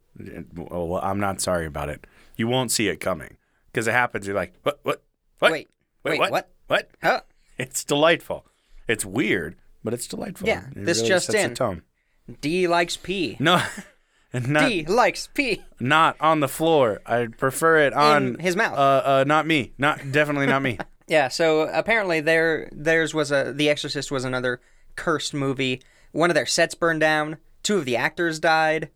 [SPEAKER 1] Oh, well, I'm not sorry about it. You won't see it coming because it happens. You're like, what? What? What?
[SPEAKER 2] Wait,
[SPEAKER 1] Wait,
[SPEAKER 2] wait,
[SPEAKER 1] what?
[SPEAKER 2] what?
[SPEAKER 1] What?
[SPEAKER 2] Huh?
[SPEAKER 1] It's delightful. It's weird, but it's delightful.
[SPEAKER 2] Yeah,
[SPEAKER 1] It
[SPEAKER 2] this
[SPEAKER 1] really
[SPEAKER 2] just
[SPEAKER 1] sets the
[SPEAKER 2] in.
[SPEAKER 1] tone.
[SPEAKER 2] D likes P.
[SPEAKER 1] No, and not
[SPEAKER 2] D likes P.
[SPEAKER 1] not on the floor. I prefer it on
[SPEAKER 2] his mouth.
[SPEAKER 1] Uh, uh, not me. Not definitely not me.
[SPEAKER 2] Yeah, so apparently there theirs was a The Exorcist was another cursed movie. One of their sets burned down. Two of the actors died.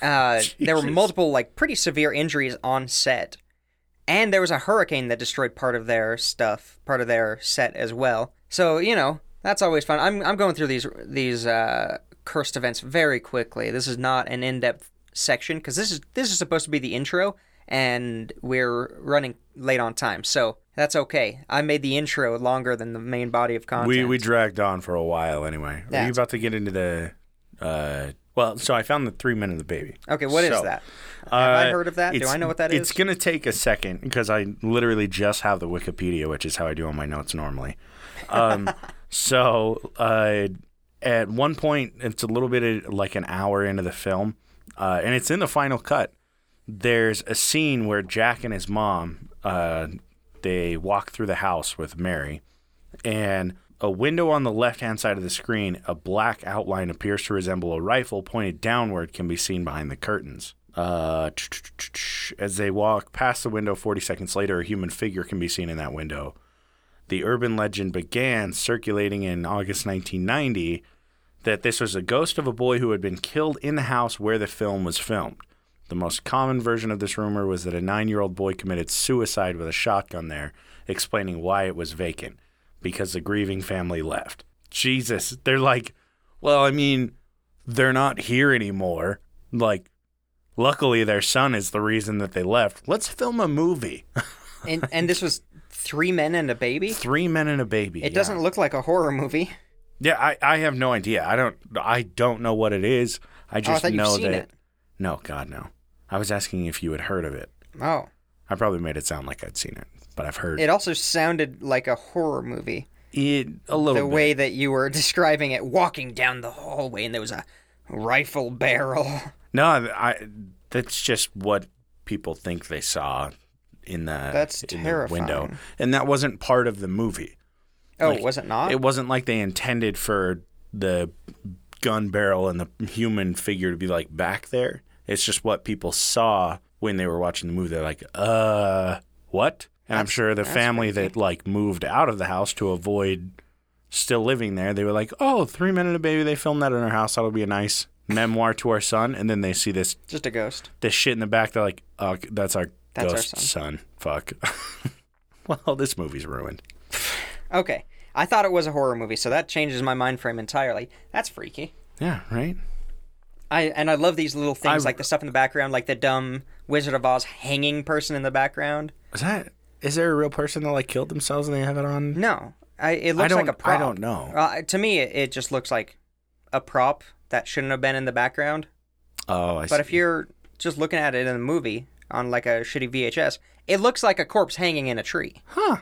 [SPEAKER 2] Uh, there were
[SPEAKER 1] Jesus.
[SPEAKER 2] multiple like pretty severe injuries on set, and there was a hurricane that destroyed part of their stuff, part of their set as well. So you know that's always fun. I'm I'm going through these these uh, cursed events very quickly. This is not an in depth section because this is this is supposed to be the intro, and we're running late on time, so that's okay. I made the intro longer than the main body of content.
[SPEAKER 1] We we dragged on for a while anyway. Are
[SPEAKER 2] Yeah.
[SPEAKER 1] you about to get into the? Uh, well, so I found the three men and the baby.
[SPEAKER 2] okay. What is
[SPEAKER 1] So,
[SPEAKER 2] that? Have I
[SPEAKER 1] uh,
[SPEAKER 2] heard of that? Do
[SPEAKER 1] it's-
[SPEAKER 2] I know what that is?
[SPEAKER 1] It's gonna take a second because I literally just have the Wikipedia, which is how I do all my notes normally. Um, so uh, at one point, it's a little bit of, like an hour into the film, uh, and it's in the final cut. There's a scene where Jack and his mom uh, they walk through the house with Mary, and a window on the left hand side of the screen, a black outline appears to resemble a rifle pointed downward, can be seen behind the curtains. Uh, as they walk past the window 40 seconds later, a human figure can be seen in that window. The urban legend began circulating in August 1990 that this was the ghost of a boy who had been killed in the house where the film was filmed. The most common version of this rumor was that a nine year old boy committed suicide with a shotgun there, explaining why it was vacant because the grieving family left. Jesus, they're like, well, I mean, they're not here anymore. Like, luckily their son is the reason that they left. Let's film a movie.
[SPEAKER 2] And and this was three men and a baby.
[SPEAKER 1] Three men and a baby.
[SPEAKER 2] It
[SPEAKER 1] yeah.
[SPEAKER 2] doesn't look like a horror movie. Oh,
[SPEAKER 1] Yeah, I, I have no idea. I don't I don't know what it is. I just
[SPEAKER 2] Oh, thought you'd
[SPEAKER 1] know
[SPEAKER 2] seen
[SPEAKER 1] that
[SPEAKER 2] it.
[SPEAKER 1] No, God no. I was asking if you had heard of it.
[SPEAKER 2] Oh,
[SPEAKER 1] I probably made it sound like I'd seen it, but I've heard it,
[SPEAKER 2] it also sounded like a horror movie.
[SPEAKER 1] a little
[SPEAKER 2] the
[SPEAKER 1] bit.
[SPEAKER 2] way that you were describing it, walking down the hallway, and there was a rifle barrel.
[SPEAKER 1] No, I that's just what people think they saw in the
[SPEAKER 2] That's
[SPEAKER 1] in the window.
[SPEAKER 2] terrifying.
[SPEAKER 1] And that wasn't part of the movie.
[SPEAKER 2] Oh,
[SPEAKER 1] Like,
[SPEAKER 2] was it not?
[SPEAKER 1] It wasn't like they intended for the gun barrel and the human figure to be like back there. It's just what people saw when they were watching the movie. They're like, uh, what? And I'm sure the family that like moved out of the house to avoid still living there, they were like, oh, three men and a baby. They filmed that in our house. That'll be a nice memoir to our son. And then they see this
[SPEAKER 2] Just a ghost.
[SPEAKER 1] this shit in the back. They're like, oh, that's our
[SPEAKER 2] That's our
[SPEAKER 1] ghost son. Fuck. well, this movie's ruined.
[SPEAKER 2] Okay, I thought it was a horror movie, so that changes my mind frame entirely. That's freaky.
[SPEAKER 1] Yeah, right?
[SPEAKER 2] I and I love these little things
[SPEAKER 1] I-
[SPEAKER 2] like the stuff in the background, like the dumb Wizard of Oz hanging person in the background.
[SPEAKER 1] Is that is there a real person that like killed themselves and they have it on?
[SPEAKER 2] No, I, it looks like
[SPEAKER 1] don't-
[SPEAKER 2] a
[SPEAKER 1] I
[SPEAKER 2] prop.
[SPEAKER 1] don't know.
[SPEAKER 2] Uh, to me, it, it just looks like a prop that shouldn't have been in the background.
[SPEAKER 1] Oh, I
[SPEAKER 2] But if you're just looking at it in a movie on like a shitty VHS, it looks like a corpse hanging in a tree.
[SPEAKER 1] huh?
[SPEAKER 2] Oh,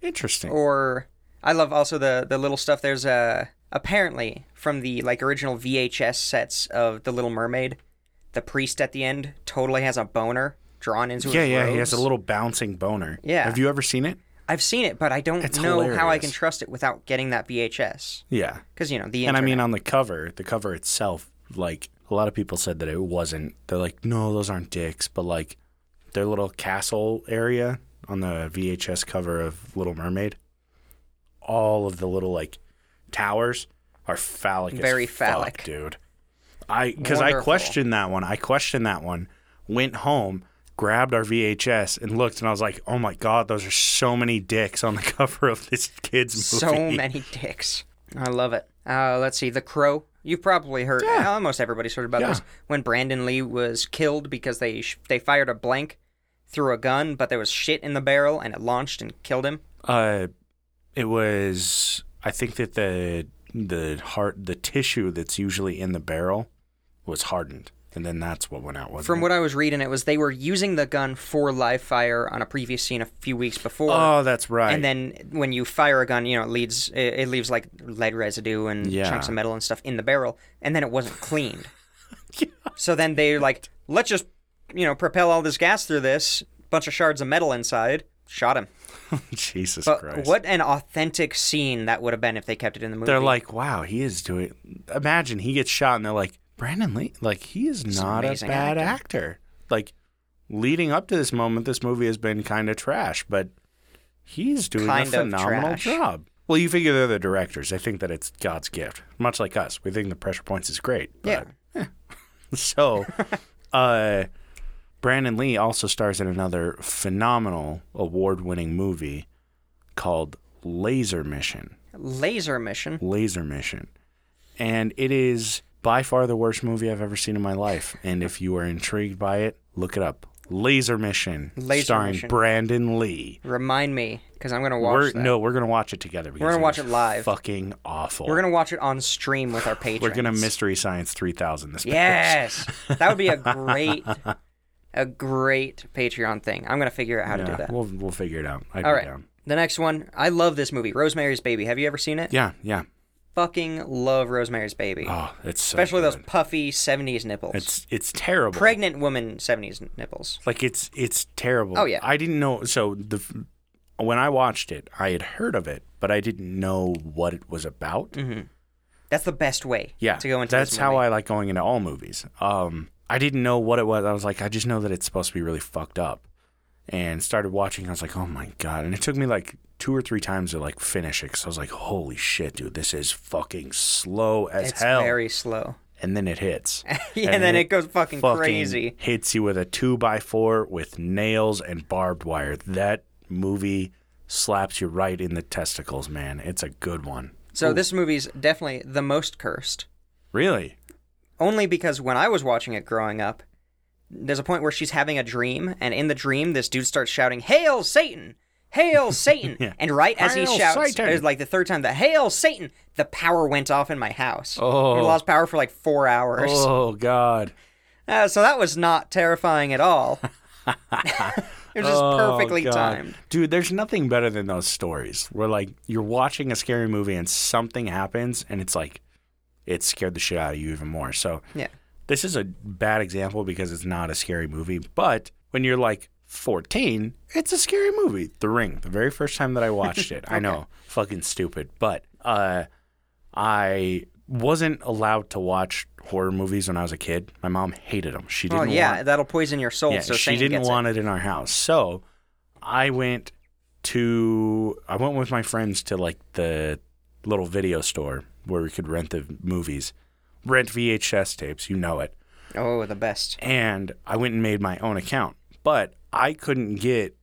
[SPEAKER 1] Interesting.
[SPEAKER 2] Or I love also the the little stuff. There's a apparently from the like original VHS sets of The Little Mermaid, the priest at the end totally has a boner drawn into
[SPEAKER 1] yeah,
[SPEAKER 2] his
[SPEAKER 1] yeah. He
[SPEAKER 2] robes.
[SPEAKER 1] has a little bouncing boner.
[SPEAKER 2] Yeah.
[SPEAKER 1] Have you ever seen it?
[SPEAKER 2] I've seen it, but I don't
[SPEAKER 1] It's
[SPEAKER 2] know how I
[SPEAKER 1] hilarious.
[SPEAKER 2] can trust it without getting that VHS
[SPEAKER 1] Yeah.
[SPEAKER 2] because you know the
[SPEAKER 1] And I
[SPEAKER 2] internet.
[SPEAKER 1] mean, on the cover, the cover itself, like a lot of people said that it wasn't. They're like, no, those aren't dicks, but like their little castle area on the VHS cover of Little Mermaid, all of the little like towers are phallic. as
[SPEAKER 2] Very
[SPEAKER 1] fuck,
[SPEAKER 2] phallic.
[SPEAKER 1] dude. I because I
[SPEAKER 2] Wonderful.
[SPEAKER 1] questioned that one. I questioned that one. Went home, grabbed our VHS, and looked, and I was like, oh my god, those are so many dicks on the cover of this kid's
[SPEAKER 2] so
[SPEAKER 1] movie.
[SPEAKER 2] many dicks. I love it. Uh, let's see, The Crow. You've probably heard. Almost everybody's heard about
[SPEAKER 1] Yeah.
[SPEAKER 2] this. When Brandon Lee was killed because they sh- they fired a blank through a gun, but there was shit in the barrel and it launched and killed him.
[SPEAKER 1] Uh, it was. I think that the the heart, the tissue that's usually in the barrel, was hardened, and then that's what went out. Wasn't
[SPEAKER 2] From
[SPEAKER 1] it?
[SPEAKER 2] what I was reading, it was they were using the gun for live fire on a previous scene a few weeks before.
[SPEAKER 1] Oh, that's right.
[SPEAKER 2] And then when you fire a gun, you know it leads it, it leaves like lead residue and
[SPEAKER 1] Yeah.
[SPEAKER 2] chunks of metal and stuff in the barrel, and then it wasn't cleaned. So then they're like, let's just you know propel all this gas through this bunch of shards of metal inside. Shot him.
[SPEAKER 1] Jesus
[SPEAKER 2] But
[SPEAKER 1] Christ!
[SPEAKER 2] what an authentic scene that would have been if they kept it in the movie.
[SPEAKER 1] They're like, wow, he is doing. Imagine he gets shot, and they're like, Brandon Lee, like he is
[SPEAKER 2] He's an
[SPEAKER 1] not a
[SPEAKER 2] amazing
[SPEAKER 1] bad actor. Like leading up to this moment, this movie has been kind of trash, but he's doing
[SPEAKER 2] Kind
[SPEAKER 1] a
[SPEAKER 2] of
[SPEAKER 1] phenomenal
[SPEAKER 2] trash.
[SPEAKER 1] job. Well, you figure they're the directors. They think that it's God's gift, much like us. We think the pressure points is great.
[SPEAKER 2] yeah,
[SPEAKER 1] but- So, uh, Brandon Lee also stars in another phenomenal award-winning movie called Laser Mission.
[SPEAKER 2] laser mission.
[SPEAKER 1] Laser Mission. And it is by far the worst movie I've ever seen in my life. And if you are intrigued by it, look it up. Laser Mission,
[SPEAKER 2] Laser
[SPEAKER 1] starring
[SPEAKER 2] Mission.
[SPEAKER 1] Brandon Lee.
[SPEAKER 2] Remind me because I'm gonna watch
[SPEAKER 1] We're,
[SPEAKER 2] that.
[SPEAKER 1] no, we're gonna watch it together. Because
[SPEAKER 2] gonna watch
[SPEAKER 1] is
[SPEAKER 2] it live.
[SPEAKER 1] Fucking awful.
[SPEAKER 2] We're gonna watch it on stream with our patrons.
[SPEAKER 1] We're gonna mystery science three thousand. This
[SPEAKER 2] Yes, that would be a great, a great Patreon thing. I'm gonna figure out how
[SPEAKER 1] bitch.
[SPEAKER 2] to do
[SPEAKER 1] Yeah,
[SPEAKER 2] that.
[SPEAKER 1] we'll we'll figure it out. I'd
[SPEAKER 2] All
[SPEAKER 1] be
[SPEAKER 2] right.
[SPEAKER 1] down.
[SPEAKER 2] The next one, I love this movie, Rosemary's Baby. Have you ever seen it?
[SPEAKER 1] Yeah, yeah.
[SPEAKER 2] Fucking love Rosemary's Baby,
[SPEAKER 1] Oh, it's so
[SPEAKER 2] especially those
[SPEAKER 1] good.
[SPEAKER 2] puffy '70s nipples,
[SPEAKER 1] It's it's terrible.
[SPEAKER 2] pregnant woman '70s nipples.
[SPEAKER 1] Like it's it's terrible.
[SPEAKER 2] Oh, yeah.
[SPEAKER 1] I didn't know. So the f- when I watched it, I had heard of it, but I didn't know what it was about.
[SPEAKER 2] Mm-hmm. That's the best way.
[SPEAKER 1] Yeah,
[SPEAKER 2] Mm. To go into
[SPEAKER 1] that's
[SPEAKER 2] this
[SPEAKER 1] how
[SPEAKER 2] movie.
[SPEAKER 1] I like going into all movies. Um, I didn't know what it was. I was like, I just know that it's supposed to be really fucked up, and started watching. I was like, oh my god! And it took me like two or three times to like finish it because I was like, holy shit, dude, this is fucking slow as
[SPEAKER 2] It's
[SPEAKER 1] hell.
[SPEAKER 2] very slow.
[SPEAKER 1] And then it hits.
[SPEAKER 2] Yeah, and, then it goes fucking, crazy.
[SPEAKER 1] Hits you with a two by four with nails and barbed wire. That movie slaps you right in the testicles, man. It's a good one.
[SPEAKER 2] So this movie's definitely the most cursed.
[SPEAKER 1] Really?
[SPEAKER 2] Only because when I was watching it growing up, there's a point where she's having a dream, and in the dream, this dude starts shouting, "Hail Satan! Hail Satan!"
[SPEAKER 1] Yeah.
[SPEAKER 2] And right as he
[SPEAKER 1] Hail
[SPEAKER 2] shouts,
[SPEAKER 1] Satan!
[SPEAKER 2] it was like the third time that "Hail Satan," the power went off in my house.
[SPEAKER 1] Oh.
[SPEAKER 2] It lost power for like four hours.
[SPEAKER 1] Oh God.
[SPEAKER 2] Uh, so that was not terrifying at all. it was just
[SPEAKER 1] Oh,
[SPEAKER 2] perfectly
[SPEAKER 1] God.
[SPEAKER 2] timed.
[SPEAKER 1] Dude, there's nothing better than those stories where like you're watching a scary movie and something happens and it's like it scared the shit out of you even more. So
[SPEAKER 2] Yeah.
[SPEAKER 1] this is a bad example because it's not a scary movie, but when you're like 14, it's a scary movie. The Ring, the very first time that I watched it. I know, fucking stupid, but uh I wasn't allowed to watch horror movies when I was a kid. My mom hated them. She
[SPEAKER 2] Oh
[SPEAKER 1] didn't
[SPEAKER 2] yeah,
[SPEAKER 1] want
[SPEAKER 2] that'll poison your soul.
[SPEAKER 1] yeah,
[SPEAKER 2] so
[SPEAKER 1] she
[SPEAKER 2] Satan
[SPEAKER 1] didn't
[SPEAKER 2] gets
[SPEAKER 1] want it. in our house. So I went to I went with my friends to like the little video store where we could rent the movies, rent VHS tapes, you know it.
[SPEAKER 2] it. Oh, the best.
[SPEAKER 1] And I went and made my own account, but I couldn't get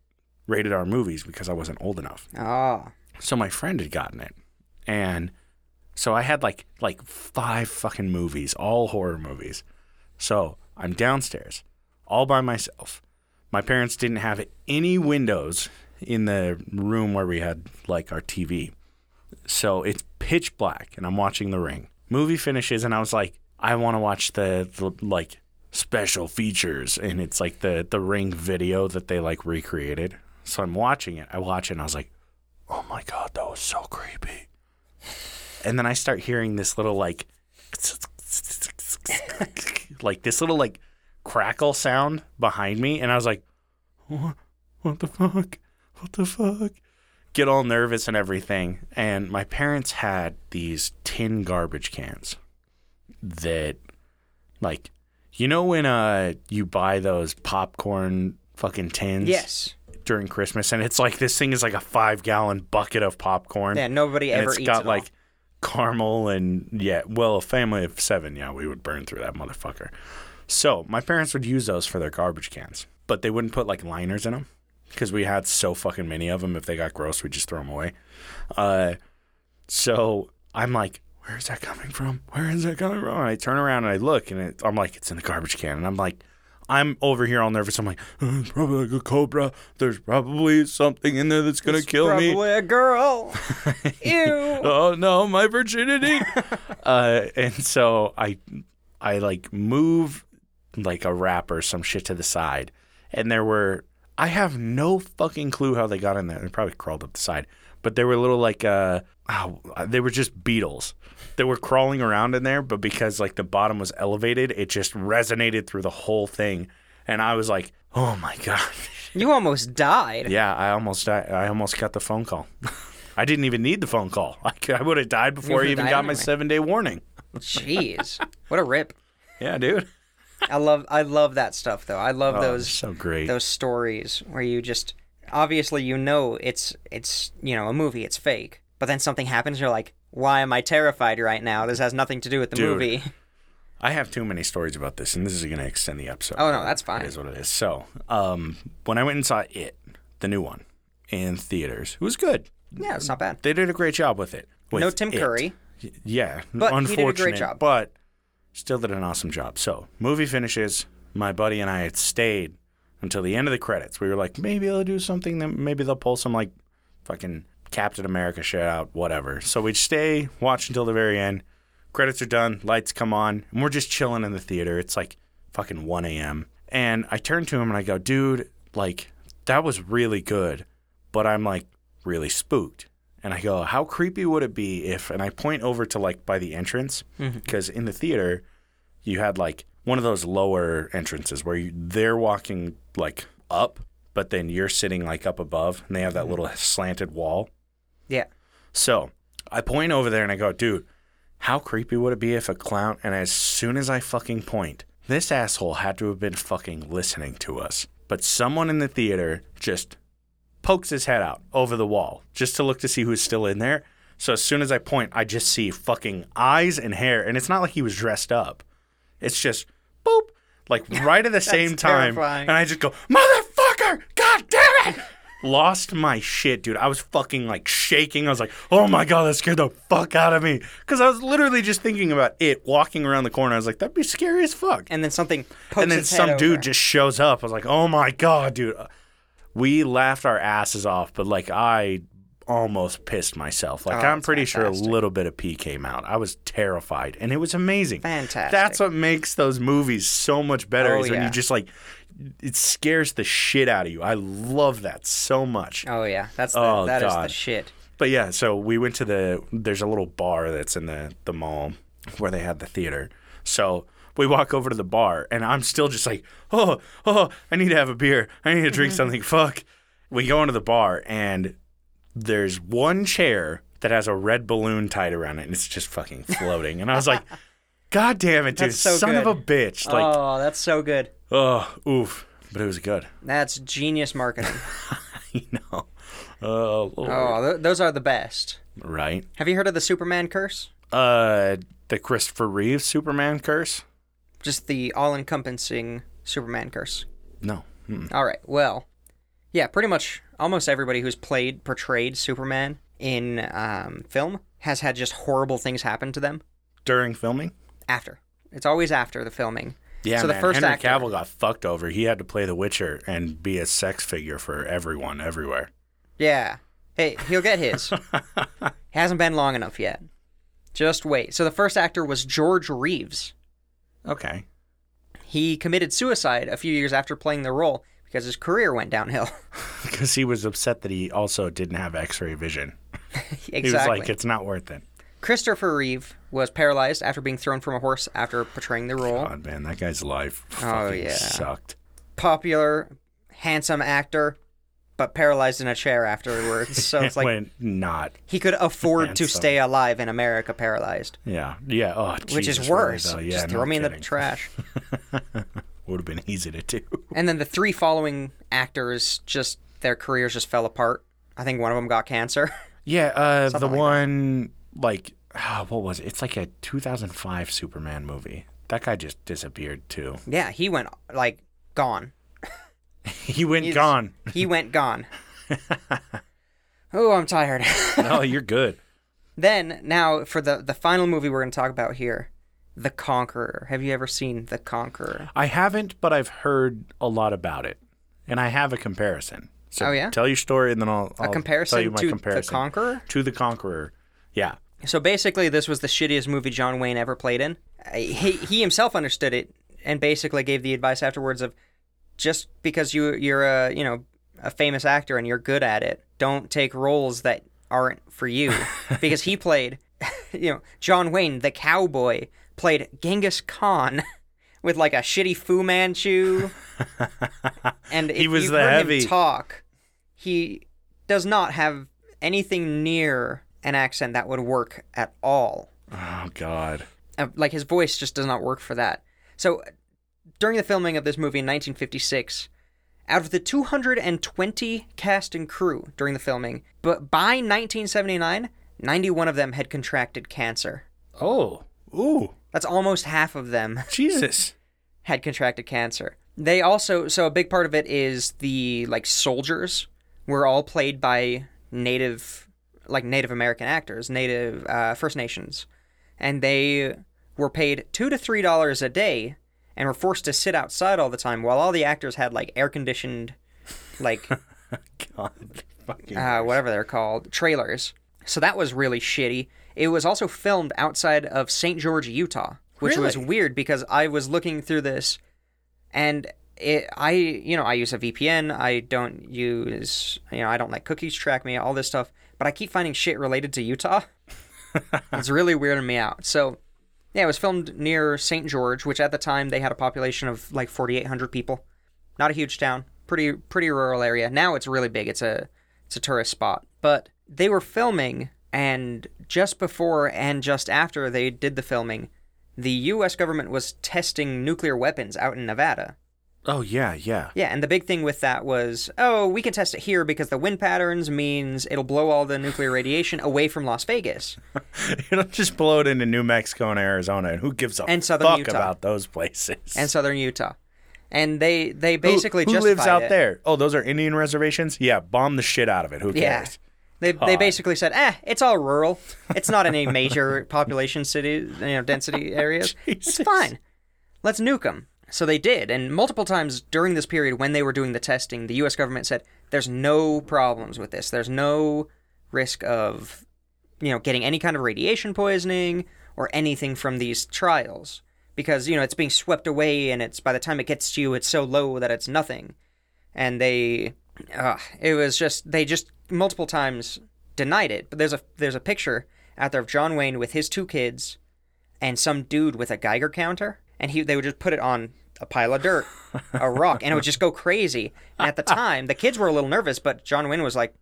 [SPEAKER 1] rated R movies because I wasn't old enough.
[SPEAKER 2] Oh,
[SPEAKER 1] So my friend had gotten it, and so I had like like five fucking movies, all horror movies. So I'm downstairs, all by myself. My parents didn't have any windows in the room where we had like our TV, so it's pitch black, and I'm watching The Ring. Movie finishes, and I was like, I want to watch the, the like special features, and it's like the the Ring video that they like recreated. So I'm watching it. I watch it, and I was like oh my god, that was so creepy. And then I start hearing this little like, like this little like crackle sound behind me, and I was like, what, what the fuck, what the fuck? Get all nervous and everything. And my parents had these tin garbage cans that, like, you know when uh you buy those popcorn fucking tins?
[SPEAKER 2] yes.
[SPEAKER 1] during Christmas, and it's like this thing is like a five gallon bucket of popcorn.
[SPEAKER 2] Yeah, nobody
[SPEAKER 1] and
[SPEAKER 2] ever
[SPEAKER 1] it's
[SPEAKER 2] eats
[SPEAKER 1] got
[SPEAKER 2] it all.
[SPEAKER 1] like caramel and yeah, well, a family of seven, yeah, we would burn through that motherfucker. So my parents would use those for their garbage cans, but they wouldn't put like liners in them because we had so fucking many of them. If they got gross, we'd just throw them away. Uh, so I'm like, where is that coming from? Where is that coming from? And I turn around and I look, and it, I'm like, it's in the garbage can. And I'm like, I'm over here all nervous. I'm like, "Uh, it's probably like a cobra. There's probably something in there that's gonna kill
[SPEAKER 2] Probably
[SPEAKER 1] me.
[SPEAKER 2] a girl. Ew.
[SPEAKER 1] Oh no, my virginity. uh, and so I, I like move like a wrap or some shit to the side, and there were I have no fucking clue how they got in there. They probably crawled up the side, but they were little like uh, oh, they were just beetles. They were crawling around in there, but because like the bottom was elevated, it just resonated through the whole thing, and I was like, oh my god.
[SPEAKER 2] You almost died.
[SPEAKER 1] Yeah, I almost I, I almost got the phone call. I didn't even need the phone call. I, could- I would have died before I
[SPEAKER 2] would've
[SPEAKER 1] even
[SPEAKER 2] died
[SPEAKER 1] got my
[SPEAKER 2] anyway.
[SPEAKER 1] seven day warning.
[SPEAKER 2] Jeez. What a rip.
[SPEAKER 1] Yeah, dude.
[SPEAKER 2] I love I love that stuff though. I love
[SPEAKER 1] Oh,
[SPEAKER 2] those
[SPEAKER 1] so great.
[SPEAKER 2] those stories where you just obviously you know it's it's you know a movie, it's fake. But then something happens and you're like, "Why am I terrified right now? This has nothing to do with the
[SPEAKER 1] Dude.
[SPEAKER 2] movie."
[SPEAKER 1] I have too many stories about this, and this is going to extend the episode.
[SPEAKER 2] Oh, no, that's fine.
[SPEAKER 1] It is what it is. So, um, when I went and saw it, the new one, in theaters, it was good.
[SPEAKER 2] Yeah, it's not bad.
[SPEAKER 1] They did a great job with it. With
[SPEAKER 2] No Tim
[SPEAKER 1] it.
[SPEAKER 2] Curry.
[SPEAKER 1] Y- Yeah,
[SPEAKER 2] But he did a great
[SPEAKER 1] unfortunate,
[SPEAKER 2] job.
[SPEAKER 1] but still did an awesome job. So movie finishes. My buddy and I had stayed until the end of the credits. We were like, maybe they'll do something. That maybe they'll pull some like fucking Captain America shit out, whatever. So we'd stay, watch until the very end. Credits are done, lights come on, and we're just chilling in the theater. It's like fucking 1 a.m. And I turn to him and I go, dude, like that was really good, but I'm like really spooked. And I go, how creepy would it be if, and I point over to like by the entrance, because in the theater, you had like one of those lower entrances where you, they're walking like up, but then you're sitting like up above and they have that little slanted wall.
[SPEAKER 2] Yeah.
[SPEAKER 1] So I point over there and I go, dude, how creepy would it be if a clown? And as soon as I fucking point, this asshole had to have been fucking listening to us. But someone in the theater just pokes his head out over the wall just to look to see who's still in there. So as soon as I point, I just see fucking eyes and hair. And it's not like he was dressed up, it's just boop, like right at the same time.
[SPEAKER 2] terrifying.
[SPEAKER 1] And I just go, motherfucker, god damn it. Lost my shit, dude. I was fucking like shaking. I was like, oh my God, that scared the fuck out of me. Cause I was literally just thinking about it walking around the corner. I was like, that'd be scary as fuck
[SPEAKER 2] And then something pokes
[SPEAKER 1] and then
[SPEAKER 2] its head
[SPEAKER 1] some dude
[SPEAKER 2] over.
[SPEAKER 1] just shows up. I was like, "Oh my god, dude!" We laughed our asses off, but like I almost pissed myself. Like
[SPEAKER 2] Oh,
[SPEAKER 1] I'm
[SPEAKER 2] that's
[SPEAKER 1] pretty sure
[SPEAKER 2] fantastic.
[SPEAKER 1] a little bit of pee came out. I was terrified, and it was amazing.
[SPEAKER 2] Fantastic.
[SPEAKER 1] That's what makes those movies so much better.
[SPEAKER 2] Oh,
[SPEAKER 1] is when
[SPEAKER 2] yeah.
[SPEAKER 1] you just like it scares the shit out of you. I love that so much.
[SPEAKER 2] Oh yeah, that's the,
[SPEAKER 1] Oh,
[SPEAKER 2] that is the
[SPEAKER 1] God.
[SPEAKER 2] shit.
[SPEAKER 1] But yeah, so we went to the there's a little bar that's in the the mall where they had the theater. So we walk over to the bar and I'm still just like, "Oh, oh, I need to have a beer. I need to
[SPEAKER 2] Mm-hmm.
[SPEAKER 1] drink something. Fuck." We go into the bar and there's one chair that has a red balloon tied around it and it's just fucking floating. and I was like, "God damn it, dude.
[SPEAKER 2] That's so
[SPEAKER 1] son of a
[SPEAKER 2] good.
[SPEAKER 1] bitch." Like,
[SPEAKER 2] oh, that's so good.
[SPEAKER 1] oh, oof. But it was good.
[SPEAKER 2] That's genius marketing.
[SPEAKER 1] you know. Oh, Lord.
[SPEAKER 2] oh, th- those are the best.
[SPEAKER 1] right.
[SPEAKER 2] Have you heard of the Superman curse?
[SPEAKER 1] Uh the Christopher Reeve Superman curse?
[SPEAKER 2] Just the all-encompassing Superman curse.
[SPEAKER 1] No. Mm-mm.
[SPEAKER 2] All right. Well, yeah, pretty much almost everybody who's played portrayed Superman in um, film has had just horrible things happen to them
[SPEAKER 1] During filming?
[SPEAKER 2] after. It's always after the filming.
[SPEAKER 1] Yeah,
[SPEAKER 2] So the
[SPEAKER 1] man.
[SPEAKER 2] first
[SPEAKER 1] Henry
[SPEAKER 2] actor-
[SPEAKER 1] Cavill got fucked over. He had to play The Witcher and be a sex figure for everyone everywhere.
[SPEAKER 2] Yeah. Hey, he'll get his. Hasn't been long enough yet. Just wait. So the first actor was George Reeves.
[SPEAKER 1] Okay.
[SPEAKER 2] He committed suicide a few years after playing the role because his career went downhill.
[SPEAKER 1] Because he was upset that he also didn't have x ray vision.
[SPEAKER 2] exactly.
[SPEAKER 1] He was like, it's not worth it.
[SPEAKER 2] Christopher Reeve was paralyzed after being thrown from a horse after portraying the role.
[SPEAKER 1] God, man, that guy's life
[SPEAKER 2] Oh,
[SPEAKER 1] fucking
[SPEAKER 2] yeah.
[SPEAKER 1] sucked.
[SPEAKER 2] Popular, handsome actor, but paralyzed in a chair afterwards. So it's
[SPEAKER 1] It
[SPEAKER 2] like
[SPEAKER 1] went not.
[SPEAKER 2] he could afford to
[SPEAKER 1] Handsome.
[SPEAKER 2] stay alive in America paralyzed,
[SPEAKER 1] Yeah. Yeah. Oh,
[SPEAKER 2] which
[SPEAKER 1] Jesus,
[SPEAKER 2] is
[SPEAKER 1] really,
[SPEAKER 2] worse.
[SPEAKER 1] though. yeah,
[SPEAKER 2] Just
[SPEAKER 1] no
[SPEAKER 2] throw me in the
[SPEAKER 1] kidding.
[SPEAKER 2] trash.
[SPEAKER 1] Would have been easy to do.
[SPEAKER 2] And then the three following actors just their careers just fell apart. I think one of them got cancer.
[SPEAKER 1] Yeah, uh, the
[SPEAKER 2] Something like that.
[SPEAKER 1] one like ah, what was it? It's like a 2005 Superman movie. That guy just disappeared too.
[SPEAKER 2] yeah, he went like gone.
[SPEAKER 1] He went gone.
[SPEAKER 2] He went gone. oh, I'm tired.
[SPEAKER 1] no, you're good.
[SPEAKER 2] then now for the the final movie we're going to talk about here, The Conqueror. Have you ever seen The Conqueror?
[SPEAKER 1] I haven't, but I've heard a lot about it, and I have a comparison. So
[SPEAKER 2] Oh, yeah?
[SPEAKER 1] tell your story, and then I'll, I'll
[SPEAKER 2] A comparison
[SPEAKER 1] tell you my
[SPEAKER 2] to
[SPEAKER 1] comparison
[SPEAKER 2] The Conqueror?
[SPEAKER 1] to the Conqueror. Yeah,
[SPEAKER 2] So basically, this was the shittiest movie John Wayne ever played in. I- He, he himself understood it and basically gave the advice afterwards of just because you you're a you know a famous actor and you're good at it, don't take roles that aren't for you. because he played, you know, John Wayne the cowboy played Genghis Khan with like a shitty Fu Manchu, and
[SPEAKER 1] He
[SPEAKER 2] if
[SPEAKER 1] was
[SPEAKER 2] you've
[SPEAKER 1] the
[SPEAKER 2] heard him
[SPEAKER 1] heavy.
[SPEAKER 2] talk. He does not have anything near an accent that would work at all.
[SPEAKER 1] Oh God.
[SPEAKER 2] Uh, Like his voice just does not work for that. So uh, during the filming of this movie in 1956, out of the 220 cast and crew during the filming, but by 1979, 91 of them had contracted cancer.
[SPEAKER 1] Oh. Ooh.
[SPEAKER 2] That's almost half of them
[SPEAKER 1] Jesus.
[SPEAKER 2] had contracted cancer. They also so a big part of it is the like soldiers were all played by native like Native American actors, Native uh, First Nations, and they were paid two to three dollars a day and were forced to sit outside all the time while all the actors had like air conditioned like
[SPEAKER 1] God. Fucking.
[SPEAKER 2] uh, whatever they're called, trailers. So that was really shitty. It was also filmed outside of St. George, Utah, which was
[SPEAKER 1] Really?
[SPEAKER 2] weird because I was looking through this and it, I, you know, I use a VPN. I don't use, you know, I don't let cookies track me, all this stuff, but I keep finding shit related to Utah. it's really weirding me out. So, yeah, it was filmed near St. George, which at the time they had a population of like 4,800 people. Not a huge town, pretty pretty rural area. Now it's really big. It's a it's a tourist spot. But they were filming, and just before and just after they did the filming, the U.S. government was testing nuclear weapons out in Nevada.
[SPEAKER 1] Oh yeah, yeah.
[SPEAKER 2] Yeah, and the big thing with that was, oh, we can test it here because the wind patterns means it'll blow all the nuclear radiation away from Las Vegas.
[SPEAKER 1] It'll just blow it into New Mexico and Arizona, and who gives a
[SPEAKER 2] And southern
[SPEAKER 1] fuck
[SPEAKER 2] Utah.
[SPEAKER 1] about those places?
[SPEAKER 2] and southern Utah. And they they
[SPEAKER 1] Who-
[SPEAKER 2] basically
[SPEAKER 1] who,
[SPEAKER 2] just
[SPEAKER 1] lives out there? Oh, those are Indian reservations. Yeah, bomb the shit out of it. Who
[SPEAKER 2] Yeah.
[SPEAKER 1] cares?
[SPEAKER 2] They, they basically said, eh, it's all rural. It's not in any major population city, you know, density areas. It's
[SPEAKER 1] Jesus.
[SPEAKER 2] fine. Let's nuke them. So they did, and multiple times during this period when they were doing the testing, the U.S. government said, "There's no problems with this. There's no risk of, you know, getting any kind of radiation poisoning or anything from these trials because you know it's being swept away, and it's by the time it gets to you, it's so low that it's nothing." and they uh, it was just they just multiple times denied it but there's a there's a picture out there of john wayne with his two kids and some dude with a geiger counter and he they would just put it on a pile of dirt a rock and it would just go crazy and at the time the kids were a little nervous but john wayne was like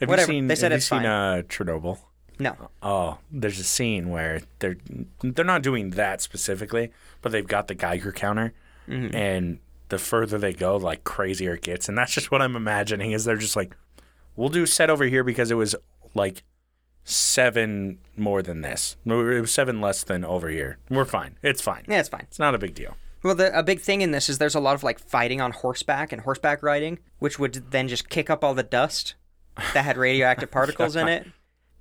[SPEAKER 1] Have
[SPEAKER 2] Whatever.
[SPEAKER 1] you seen?
[SPEAKER 2] They said
[SPEAKER 1] have
[SPEAKER 2] it's
[SPEAKER 1] you
[SPEAKER 2] fine.
[SPEAKER 1] seen uh, Chernobyl?
[SPEAKER 2] no
[SPEAKER 1] Oh, there's a scene where they're they're not doing that specifically, but they've got the Geiger counter,
[SPEAKER 2] Mm-hmm.
[SPEAKER 1] and the further they go, like crazier it gets, and that's just what I'm imagining is they're just like, we'll do set over here because it was like seven more than this, No, it was seven less than over here. We're fine, it's fine,
[SPEAKER 2] yeah it's fine
[SPEAKER 1] it's not a big deal.
[SPEAKER 2] Well, the, a big thing in this is there's a lot of like fighting on horseback and horseback riding, which would then just kick up all the dust that had radioactive particles in it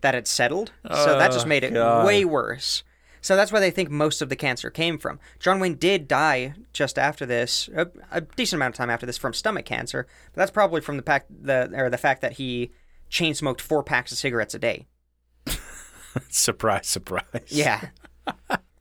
[SPEAKER 2] that had settled. so that just made it
[SPEAKER 1] God.
[SPEAKER 2] way worse. So that's where they think most of the cancer came from. John Wayne did die just after this, a, a decent amount of time after this, from stomach cancer. But that's probably from the pack, the or the fact that he chain smoked four packs of cigarettes a day.
[SPEAKER 1] surprise, surprise.
[SPEAKER 2] Yeah.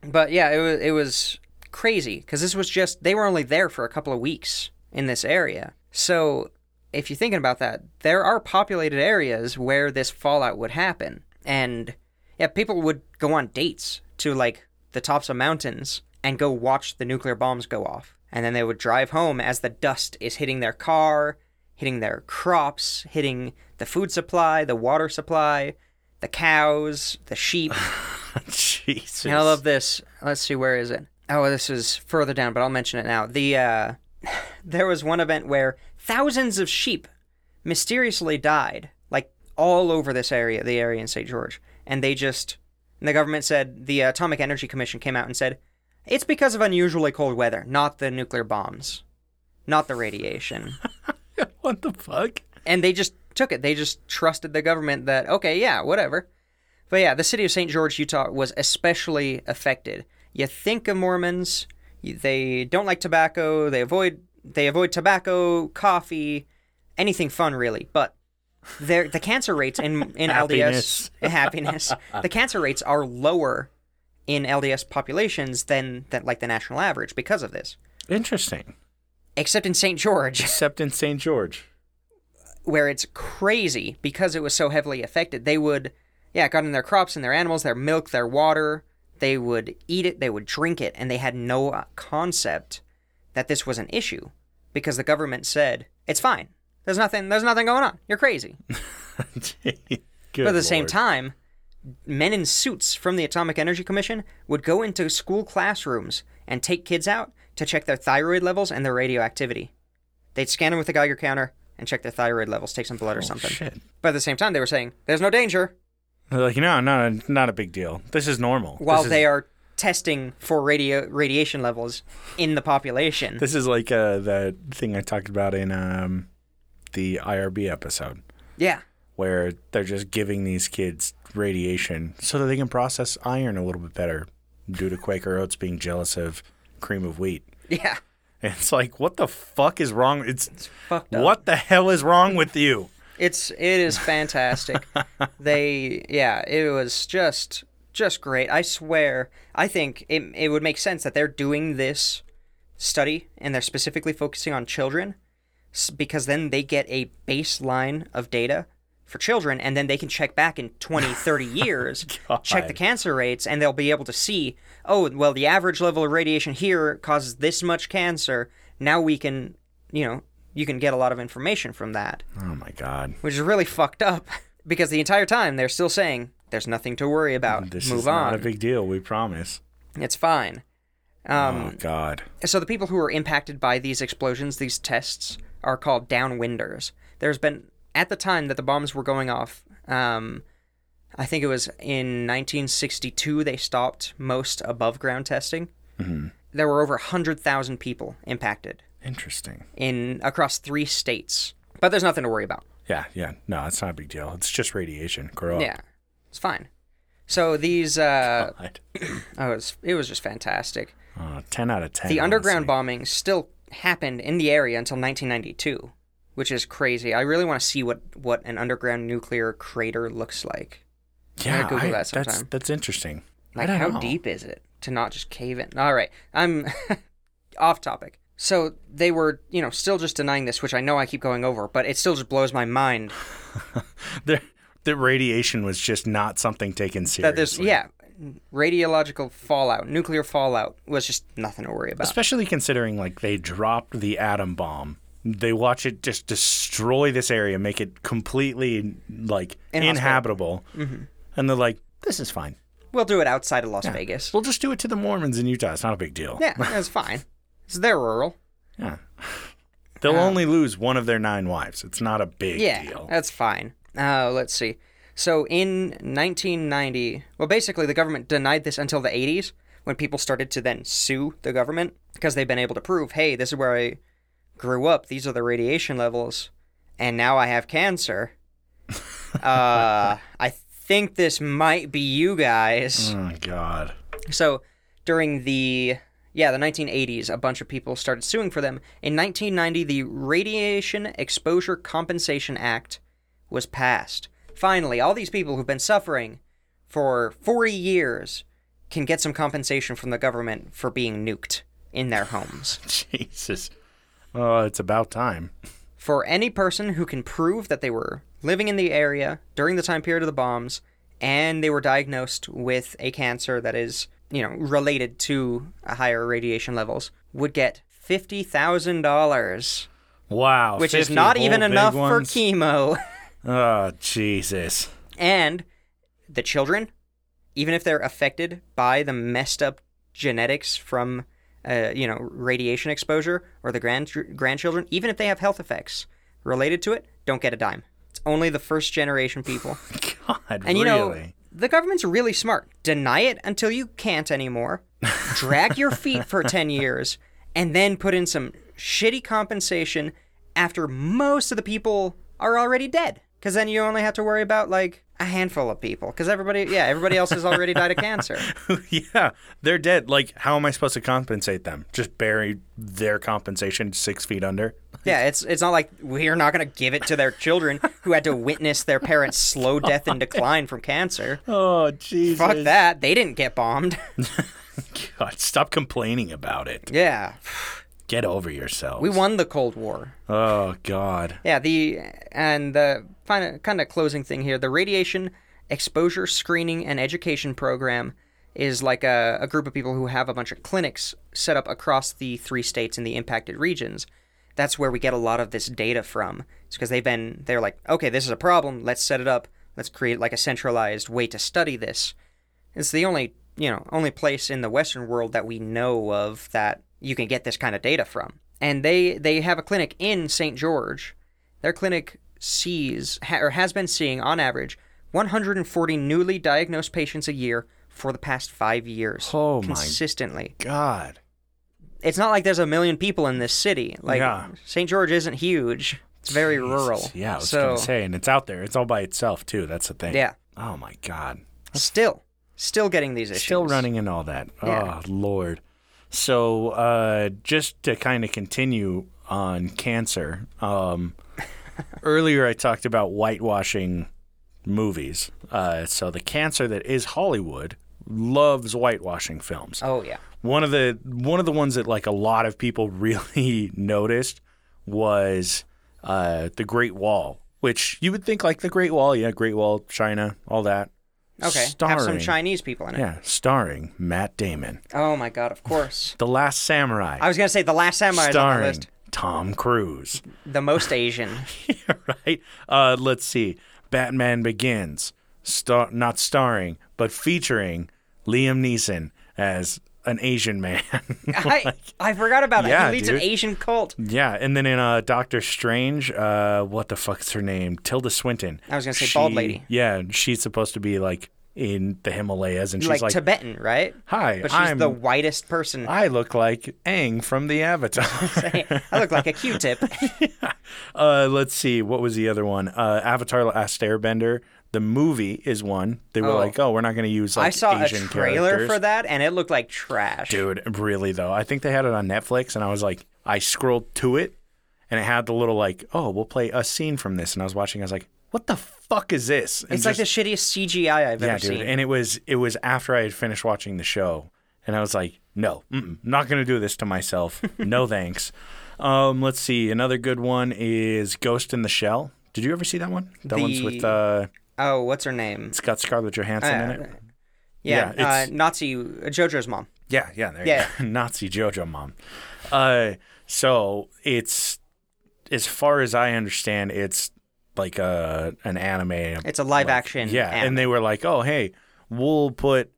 [SPEAKER 2] but yeah, it was it was crazy because this was just they were only there for a couple of weeks in this area. So if you're thinking about that, there are populated areas where this fallout would happen, and yeah, people would go on dates to like the tops of mountains and go watch the nuclear bombs go off, and then they would drive home as the dust is hitting their car, hitting their crops, hitting the food supply, the water supply, the cows, the sheep.
[SPEAKER 1] Jesus.
[SPEAKER 2] And I love this. Let's see, where is it? Oh, this is further down, but I'll mention it now. The uh, there was one event where thousands of sheep mysteriously died, like all over this area, the area in St. George, and they just and the government said the Atomic Energy Commission came out and said it's because of unusually cold weather, not the nuclear bombs, not the radiation
[SPEAKER 1] what the fuck?
[SPEAKER 2] and they just took it. They just trusted the government that okay, yeah, whatever. But yeah, the city of St. George, Utah, was especially affected. You think of Mormons, you- they don't like tobacco. They avoid they avoid tobacco, coffee, anything fun really. But their the cancer rates in in LDS happiness the cancer rates are lower in LDS populations than than like the national average because of this.
[SPEAKER 1] Interesting.
[SPEAKER 2] Except in St. George.
[SPEAKER 1] Except in St. George.
[SPEAKER 2] where it's crazy because it was so heavily affected. They would, yeah, it got in their crops and their animals, their milk, their water. They would eat it, they would drink it, and they had no uh, concept that this was an issue because the government said it's fine. There's nothing. There's nothing going on. You're crazy.
[SPEAKER 1] Good
[SPEAKER 2] But at the same
[SPEAKER 1] Lord.
[SPEAKER 2] time, men in suits from the Atomic Energy Commission would go into school classrooms and take kids out to check their thyroid levels and their radioactivity. They'd scan them with a Geiger counter and check their thyroid levels, take some blood or
[SPEAKER 1] Oh,
[SPEAKER 2] something.
[SPEAKER 1] shit.
[SPEAKER 2] But at the same time, they were saying there's no danger
[SPEAKER 1] They're like, no, no, not a big deal. This is normal.
[SPEAKER 2] while
[SPEAKER 1] this
[SPEAKER 2] they
[SPEAKER 1] is,
[SPEAKER 2] are testing for radio radiation levels in the population.
[SPEAKER 1] This is like uh, the thing I talked about in um, the IRB episode,
[SPEAKER 2] yeah,
[SPEAKER 1] where they're just giving these kids radiation so that they can process iron a little bit better due to Quaker Oats being jealous of cream of wheat.
[SPEAKER 2] yeah,
[SPEAKER 1] And it's like, what the fuck is wrong? It's,
[SPEAKER 2] fucked up.
[SPEAKER 1] what the hell is wrong with you?
[SPEAKER 2] It's it is fantastic. they yeah, it was just just great. I swear. I think it it would make sense that they're doing this study and they're specifically focusing on children s- because then they get a baseline of data for children and then they can check back in 20 30 years check the
[SPEAKER 1] God.
[SPEAKER 2] cancer rates and they'll be able to see oh well the average level of radiation here causes this much cancer now we can you know you can get a lot of information from that,
[SPEAKER 1] Oh my god.
[SPEAKER 2] which is really fucked up because the entire time they're still saying there's nothing to worry about.
[SPEAKER 1] This
[SPEAKER 2] Move
[SPEAKER 1] is
[SPEAKER 2] on.
[SPEAKER 1] not a big deal, we promise.
[SPEAKER 2] it's fine. Um,
[SPEAKER 1] oh god.
[SPEAKER 2] So the people who are impacted by these explosions, these tests, are called downwinders. There's been at the time that the bombs were going off. Um, I think it was in 1962 they stopped most above ground testing.
[SPEAKER 1] Mm-hmm.
[SPEAKER 2] There were over 100,000 people impacted
[SPEAKER 1] Interesting.
[SPEAKER 2] in across three states. But there's nothing to worry about.
[SPEAKER 1] Yeah, yeah. No, it's not a big deal. It's just radiation. Grow up.
[SPEAKER 2] Yeah, it's fine. So these, uh,
[SPEAKER 1] God.
[SPEAKER 2] oh, it was, it was just fantastic.
[SPEAKER 1] Uh, 10 out of 10.
[SPEAKER 2] The underground
[SPEAKER 1] honestly.
[SPEAKER 2] bombings still happened in the area until 1992, which is crazy. I really want to see what, what an underground nuclear crater looks like.
[SPEAKER 1] Yeah,
[SPEAKER 2] Google
[SPEAKER 1] I-
[SPEAKER 2] that
[SPEAKER 1] that's
[SPEAKER 2] sometime.
[SPEAKER 1] that's interesting. I
[SPEAKER 2] Like,
[SPEAKER 1] don't
[SPEAKER 2] how
[SPEAKER 1] know.
[SPEAKER 2] deep is it to not just cave in? All right, I'm off topic. So they were, you know, still just denying this, which I know I keep going over, but it still just blows my mind
[SPEAKER 1] The, the radiation was just not something taken
[SPEAKER 2] that
[SPEAKER 1] seriously.
[SPEAKER 2] this, yeah, radiological fallout, nuclear fallout was just nothing to worry about.
[SPEAKER 1] Especially considering like they dropped the atom bomb. They watch it just destroy this area, make it completely like
[SPEAKER 2] Inhospitable.
[SPEAKER 1] inhabitable.
[SPEAKER 2] Mm-hmm.
[SPEAKER 1] And they're like, this is fine.
[SPEAKER 2] we'll do it outside of Las Vegas.
[SPEAKER 1] We'll just do it to the Mormons in Utah. It's not a big deal.
[SPEAKER 2] Yeah, that's fine. It's their rural.
[SPEAKER 1] Yeah. They'll only lose one of their nine wives. It's not a big
[SPEAKER 2] Yeah,
[SPEAKER 1] deal.
[SPEAKER 2] that's fine. Uh, let's see. So in 1990, well, basically the government denied this until the 80s, when people started to then sue the government because they've been able to prove, hey, this is where I grew up. These are the radiation levels, and now I have cancer. uh, I think this might be you guys.
[SPEAKER 1] Oh God.
[SPEAKER 2] So during the yeah, the 1980s, a bunch of people started suing for them. In 1990, the Radiation Exposure Compensation Act was passed. Finally, all these people who've been suffering for 40 years can get some compensation from the government for being nuked in their homes.
[SPEAKER 1] Jesus. Oh, it's about time.
[SPEAKER 2] for any person who can prove that they were living in the area during the time period of the bombs and they were diagnosed with a cancer that is, you know, related to a higher radiation levels would get $50,000,
[SPEAKER 1] Wow.
[SPEAKER 2] which is
[SPEAKER 1] 50
[SPEAKER 2] not even
[SPEAKER 1] Oh, whole big
[SPEAKER 2] enough for
[SPEAKER 1] ones?
[SPEAKER 2] chemo.
[SPEAKER 1] Oh, Jesus.
[SPEAKER 2] and the children, even if they're affected by the messed up genetics from, uh, you know, radiation exposure or the grand grandchildren, even if they have health effects related to it, don't get a dime. It's only the first generation people.
[SPEAKER 1] God, really?
[SPEAKER 2] And you know, the government's really smart. Deny it until you can't anymore. Drag your feet for 10 years and then put in some shitty compensation after most of the people are already dead. Because then you only have to worry about like a handful of people. Because everybody, yeah, everybody else has already died of cancer.
[SPEAKER 1] yeah, they're dead. Like, how am I supposed to compensate them? Just bury their compensation six feet under?
[SPEAKER 2] Yeah, it's it's not like we're not going to give it to their children who had to witness their parents' slow death and decline from cancer.
[SPEAKER 1] Oh, Jesus.
[SPEAKER 2] Fuck that. They didn't get bombed.
[SPEAKER 1] God, stop complaining about it.
[SPEAKER 2] yeah.
[SPEAKER 1] Get over yourself.
[SPEAKER 2] We won the Cold War.
[SPEAKER 1] Oh, God.
[SPEAKER 2] Yeah, the and the final kind of closing thing here, the radiation exposure screening and education program is like a, a group of people who have a bunch of clinics set up across the three states in the impacted regions. That's where we get a lot of this data from. It's because they've been they're like, okay, this is a problem. Let's set it up. Let's create like a centralized way to study this. It's the only you know only place in the Western world that we know of that you can get this kind of data from. And they they have a clinic in St. George. Their clinic sees ha- or has been seeing on average 140 newly diagnosed patients a year for the past five years.
[SPEAKER 1] Oh, my
[SPEAKER 2] consistently.
[SPEAKER 1] God.
[SPEAKER 2] It's not like there's a million people in this city. Like
[SPEAKER 1] Yeah.
[SPEAKER 2] St. George isn't huge. It's very
[SPEAKER 1] Jesus.
[SPEAKER 2] rural.
[SPEAKER 1] Yeah, I was
[SPEAKER 2] so
[SPEAKER 1] going to say, and it's out there. It's all by itself, too. That's the thing.
[SPEAKER 2] yeah,
[SPEAKER 1] Oh, my God.
[SPEAKER 2] still still getting these issues.
[SPEAKER 1] Still running and all that.
[SPEAKER 2] Yeah.
[SPEAKER 1] Oh, Lord. So, uh, just to kind of continue on cancer, um, earlier I talked about whitewashing movies. Uh, so, the cancer that is Hollywood loves whitewashing films
[SPEAKER 2] Oh yeah.
[SPEAKER 1] one of the one of the ones that like a lot of people really noticed was uh, the Great Wall, which you would think like the Great Wall, yeah, Great Wall, China, all that.
[SPEAKER 2] Okay.
[SPEAKER 1] starring,
[SPEAKER 2] Have some Chinese people in it.
[SPEAKER 1] Yeah, starring Matt Damon,
[SPEAKER 2] Oh my god, of course.
[SPEAKER 1] The Last Samurai,
[SPEAKER 2] I was gonna say the last samurai is on my
[SPEAKER 1] starring
[SPEAKER 2] list.
[SPEAKER 1] Tom Cruise.
[SPEAKER 2] The most Asian.
[SPEAKER 1] right? Uh, let's see. Batman Begins, star- not starring, but featuring Liam Neeson as an Asian man.
[SPEAKER 2] I, I forgot about it.
[SPEAKER 1] Yeah,
[SPEAKER 2] he leads
[SPEAKER 1] dude.
[SPEAKER 2] an Asian cult.
[SPEAKER 1] yeah, and then in uh, Doctor Strange, uh, what the fuck is her name? Tilda Swinton.
[SPEAKER 2] I was gonna say bald lady.
[SPEAKER 1] Yeah, she's supposed to be like in the Himalayas, and she's
[SPEAKER 2] Like,
[SPEAKER 1] like,
[SPEAKER 2] Tibetan, right?
[SPEAKER 1] "Hi,
[SPEAKER 2] But she's
[SPEAKER 1] I'm
[SPEAKER 2] the whitest person. I,
[SPEAKER 1] I look like Aang from the Avatar."
[SPEAKER 2] look like a Q-tip.
[SPEAKER 1] uh, let's see, what was the other one? Uh, Avatar: Last Airbender. The movie is one. They were
[SPEAKER 2] Oh.
[SPEAKER 1] like, "Oh, we're not going to use like
[SPEAKER 2] I saw
[SPEAKER 1] Asian
[SPEAKER 2] a trailer
[SPEAKER 1] characters."
[SPEAKER 2] for that, and it looked like trash.
[SPEAKER 1] Dude, really though. I think they had it on Netflix and I was like I scrolled to it and it had the little like, "Oh, we'll play a scene from this." And I was watching I was like, "What the fuck is this?" And
[SPEAKER 2] it's like the shittiest CGI I've
[SPEAKER 1] Yeah,
[SPEAKER 2] ever
[SPEAKER 1] dude.
[SPEAKER 2] seen.
[SPEAKER 1] And it was it was after I had finished watching the show and I was like, "No, mm-mm, not going to do this to myself. no thanks." Um, let's see. Another good one is Ghost in the Shell. Did you ever see that one? That one's with
[SPEAKER 2] The-
[SPEAKER 1] uh
[SPEAKER 2] oh, what's her name?
[SPEAKER 1] it's got Scarlett Johansson in
[SPEAKER 2] Uh,
[SPEAKER 1] it. yeah,
[SPEAKER 2] Yeah,
[SPEAKER 1] it's-
[SPEAKER 2] uh, Nazi uh, JoJo's mom.
[SPEAKER 1] Yeah, yeah, there
[SPEAKER 2] Yeah.
[SPEAKER 1] you go. Nazi JoJo mom. Uh, so it's as far as I understand, it's like a an anime.
[SPEAKER 2] It's a live action.
[SPEAKER 1] yeah, and they were like, oh hey, we'll put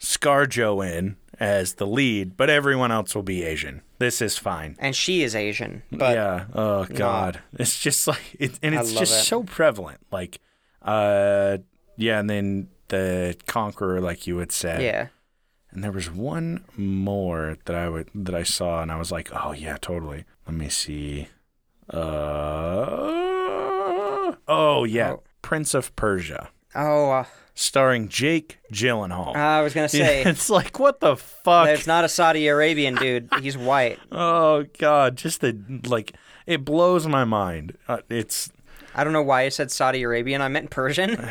[SPEAKER 1] ScarJo in as the lead, but everyone else will be Asian. This is fine.
[SPEAKER 2] and she is Asian, but
[SPEAKER 1] yeah. Oh God, it's just like, it, and
[SPEAKER 2] I
[SPEAKER 1] it's
[SPEAKER 2] love
[SPEAKER 1] just
[SPEAKER 2] it.
[SPEAKER 1] so prevalent. Like, uh, yeah, and then the Conqueror, like you had said,
[SPEAKER 2] yeah.
[SPEAKER 1] and there was one more that I would that I saw, and I was like, "Oh yeah, totally." Let me see. Uh, oh yeah,
[SPEAKER 2] Oh.
[SPEAKER 1] Prince of Persia,
[SPEAKER 2] Oh, uh,
[SPEAKER 1] starring Jake Gyllenhaal.
[SPEAKER 2] I was gonna
[SPEAKER 1] Yeah,
[SPEAKER 2] say
[SPEAKER 1] it's like what the fuck?
[SPEAKER 2] there's not a Saudi Arabian dude. He's white.
[SPEAKER 1] Oh god, just the like it blows my mind. Uh, it's
[SPEAKER 2] I don't know why I said Saudi Arabian. I meant Persian.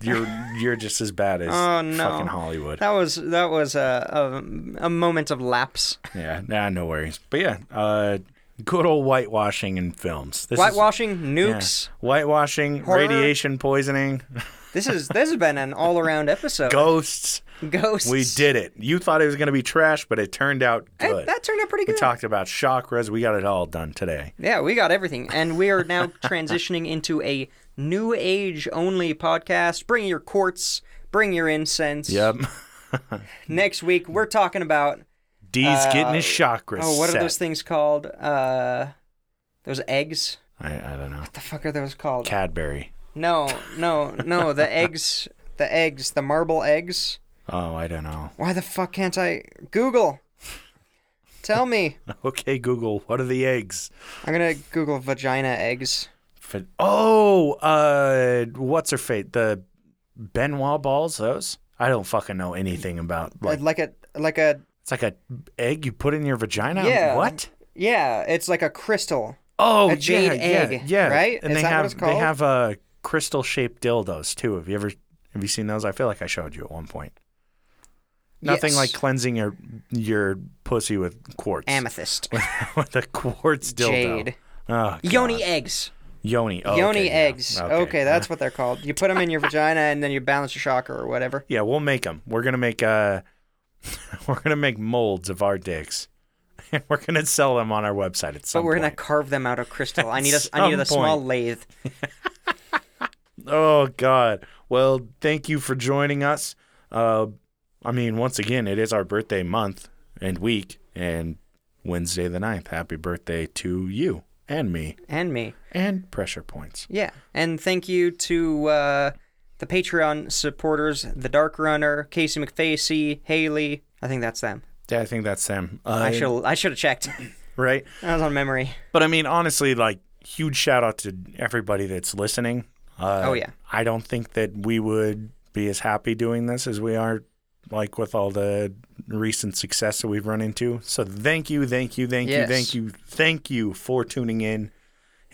[SPEAKER 1] you're you're just as bad as
[SPEAKER 2] Oh, no.
[SPEAKER 1] fucking Hollywood.
[SPEAKER 2] That was that was a a, a moment of lapse.
[SPEAKER 1] Yeah, nah, no worries. But yeah, uh, good old whitewashing in films. This is-
[SPEAKER 2] Whitewashing,
[SPEAKER 1] Yeah.
[SPEAKER 2] nukes.
[SPEAKER 1] Whitewashing,
[SPEAKER 2] Horror.
[SPEAKER 1] radiation poisoning,
[SPEAKER 2] This is this has been an all around episode.
[SPEAKER 1] ghosts.
[SPEAKER 2] Ghosts.
[SPEAKER 1] We did it. You thought it was going to be trash, but it turned out
[SPEAKER 2] Hey,
[SPEAKER 1] good.
[SPEAKER 2] that turned out pretty
[SPEAKER 1] we
[SPEAKER 2] good.
[SPEAKER 1] talked about chakras. We got it all done today.
[SPEAKER 2] Yeah, we got everything. And we are now transitioning into a new age only podcast. Bring your quartz, bring your incense.
[SPEAKER 1] Yep.
[SPEAKER 2] Next week, we're talking about,
[SPEAKER 1] D's getting his chakras.
[SPEAKER 2] Uh, oh, what are
[SPEAKER 1] set.
[SPEAKER 2] those things called? Uh, those eggs?
[SPEAKER 1] I, I don't know.
[SPEAKER 2] What the fuck are those called?
[SPEAKER 1] Cadbury.
[SPEAKER 2] no, no, no, the eggs, the eggs, the marble eggs.
[SPEAKER 1] Oh, I don't know.
[SPEAKER 2] Why the fuck can't I? Google! Tell me.
[SPEAKER 1] Okay, Google. What are the eggs?
[SPEAKER 2] I'm gonna Google vagina eggs.
[SPEAKER 1] F- Oh, uh, what's her fate? The Benoit balls. Those. I don't fucking know anything about. Like,
[SPEAKER 2] Like a, like a,
[SPEAKER 1] it's like a egg you put in your vagina.
[SPEAKER 2] Yeah.
[SPEAKER 1] What?
[SPEAKER 2] yeah, it's like a crystal.
[SPEAKER 1] Oh,
[SPEAKER 2] a jade
[SPEAKER 1] yeah,
[SPEAKER 2] egg,
[SPEAKER 1] yeah, yeah.
[SPEAKER 2] right?
[SPEAKER 1] And
[SPEAKER 2] Is
[SPEAKER 1] they
[SPEAKER 2] that what
[SPEAKER 1] have
[SPEAKER 2] it's called?
[SPEAKER 1] they have uh, crystal shaped dildos too. Have you ever have you seen those? I feel like I showed you at one point. Nothing
[SPEAKER 2] Yes.
[SPEAKER 1] like cleansing your your pussy with quartz.
[SPEAKER 2] Amethyst.
[SPEAKER 1] with a quartz dildo.
[SPEAKER 2] Jade.
[SPEAKER 1] Oh,
[SPEAKER 2] Yoni eggs.
[SPEAKER 1] yoni. Oh,
[SPEAKER 2] Yoni
[SPEAKER 1] okay, yeah.
[SPEAKER 2] eggs. Okay. that's what they're called. You put them in your vagina and then you balance your chakra or whatever.
[SPEAKER 1] yeah. We'll make them. We're gonna make uh, we're gonna make molds of our dicks, and we're gonna sell them on our website at some
[SPEAKER 2] But we're
[SPEAKER 1] point.
[SPEAKER 2] gonna carve them out of crystal. I need a, I need a
[SPEAKER 1] some
[SPEAKER 2] small
[SPEAKER 1] point.
[SPEAKER 2] lathe.
[SPEAKER 1] Oh God. Well, thank you for joining us. Uh, I mean, once again, it is our birthday month and week, and Wednesday the 9th. Happy birthday to you and me
[SPEAKER 2] And me.
[SPEAKER 1] and Pressure Points.
[SPEAKER 2] Yeah. And thank you to uh, the Patreon supporters, the Dark Runner, Casey McFacey, Haley. I think that's them.
[SPEAKER 1] Yeah, I think that's them. Uh,
[SPEAKER 2] I should I should have checked.
[SPEAKER 1] right.
[SPEAKER 2] that was on memory.
[SPEAKER 1] But I mean, honestly, like huge shout out to everybody that's listening. Uh,
[SPEAKER 2] Oh, yeah.
[SPEAKER 1] I don't think that we would be as happy doing this as we are, like with all the recent success that we've run into. So thank you, thank you, thank
[SPEAKER 2] Yes.
[SPEAKER 1] you, thank you, thank you for tuning in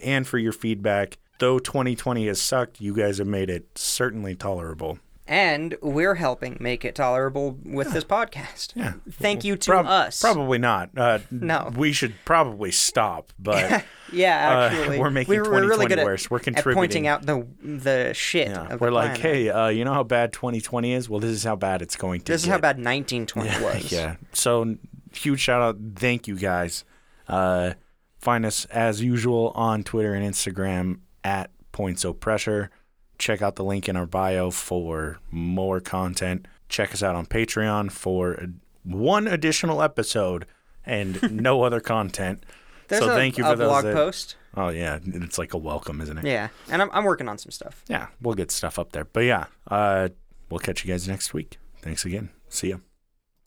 [SPEAKER 1] and for your feedback. Though 2020 has sucked, you guys have made it certainly tolerable.
[SPEAKER 2] And we're helping make it tolerable with this podcast.
[SPEAKER 1] Yeah.
[SPEAKER 2] Thank you to
[SPEAKER 1] Prob-
[SPEAKER 2] us.
[SPEAKER 1] Probably not. Uh,
[SPEAKER 2] No.
[SPEAKER 1] We should probably stop, but.
[SPEAKER 2] Yeah,
[SPEAKER 1] Uh,
[SPEAKER 2] actually,
[SPEAKER 1] we're making
[SPEAKER 2] we were- we're really
[SPEAKER 1] 2020
[SPEAKER 2] good at,
[SPEAKER 1] worse. We're
[SPEAKER 2] at pointing
[SPEAKER 1] contributing.
[SPEAKER 2] out the the shit.
[SPEAKER 1] Yeah,
[SPEAKER 2] of the
[SPEAKER 1] we're like,
[SPEAKER 2] planet.
[SPEAKER 1] hey, uh, you know how bad 2020 is? Well, this is how bad it's going to
[SPEAKER 2] this is
[SPEAKER 1] get.
[SPEAKER 2] how bad 1920 was.
[SPEAKER 1] Yeah. So n- huge shout out. Thank you guys. Uh, Find us as usual on Twitter and Instagram at Points O Pressure. Check out the link in our bio for more content. Check us out on Patreon for one additional episode and no other content.
[SPEAKER 2] There's
[SPEAKER 1] so
[SPEAKER 2] a,
[SPEAKER 1] thank you for
[SPEAKER 2] a
[SPEAKER 1] those
[SPEAKER 2] blog
[SPEAKER 1] that-
[SPEAKER 2] post.
[SPEAKER 1] Oh yeah, it's like a welcome, isn't it?
[SPEAKER 2] Yeah, and I'm, I'm working on some stuff.
[SPEAKER 1] yeah, we'll get stuff up there. But yeah, uh, we'll catch you guys next week. Thanks again. See ya.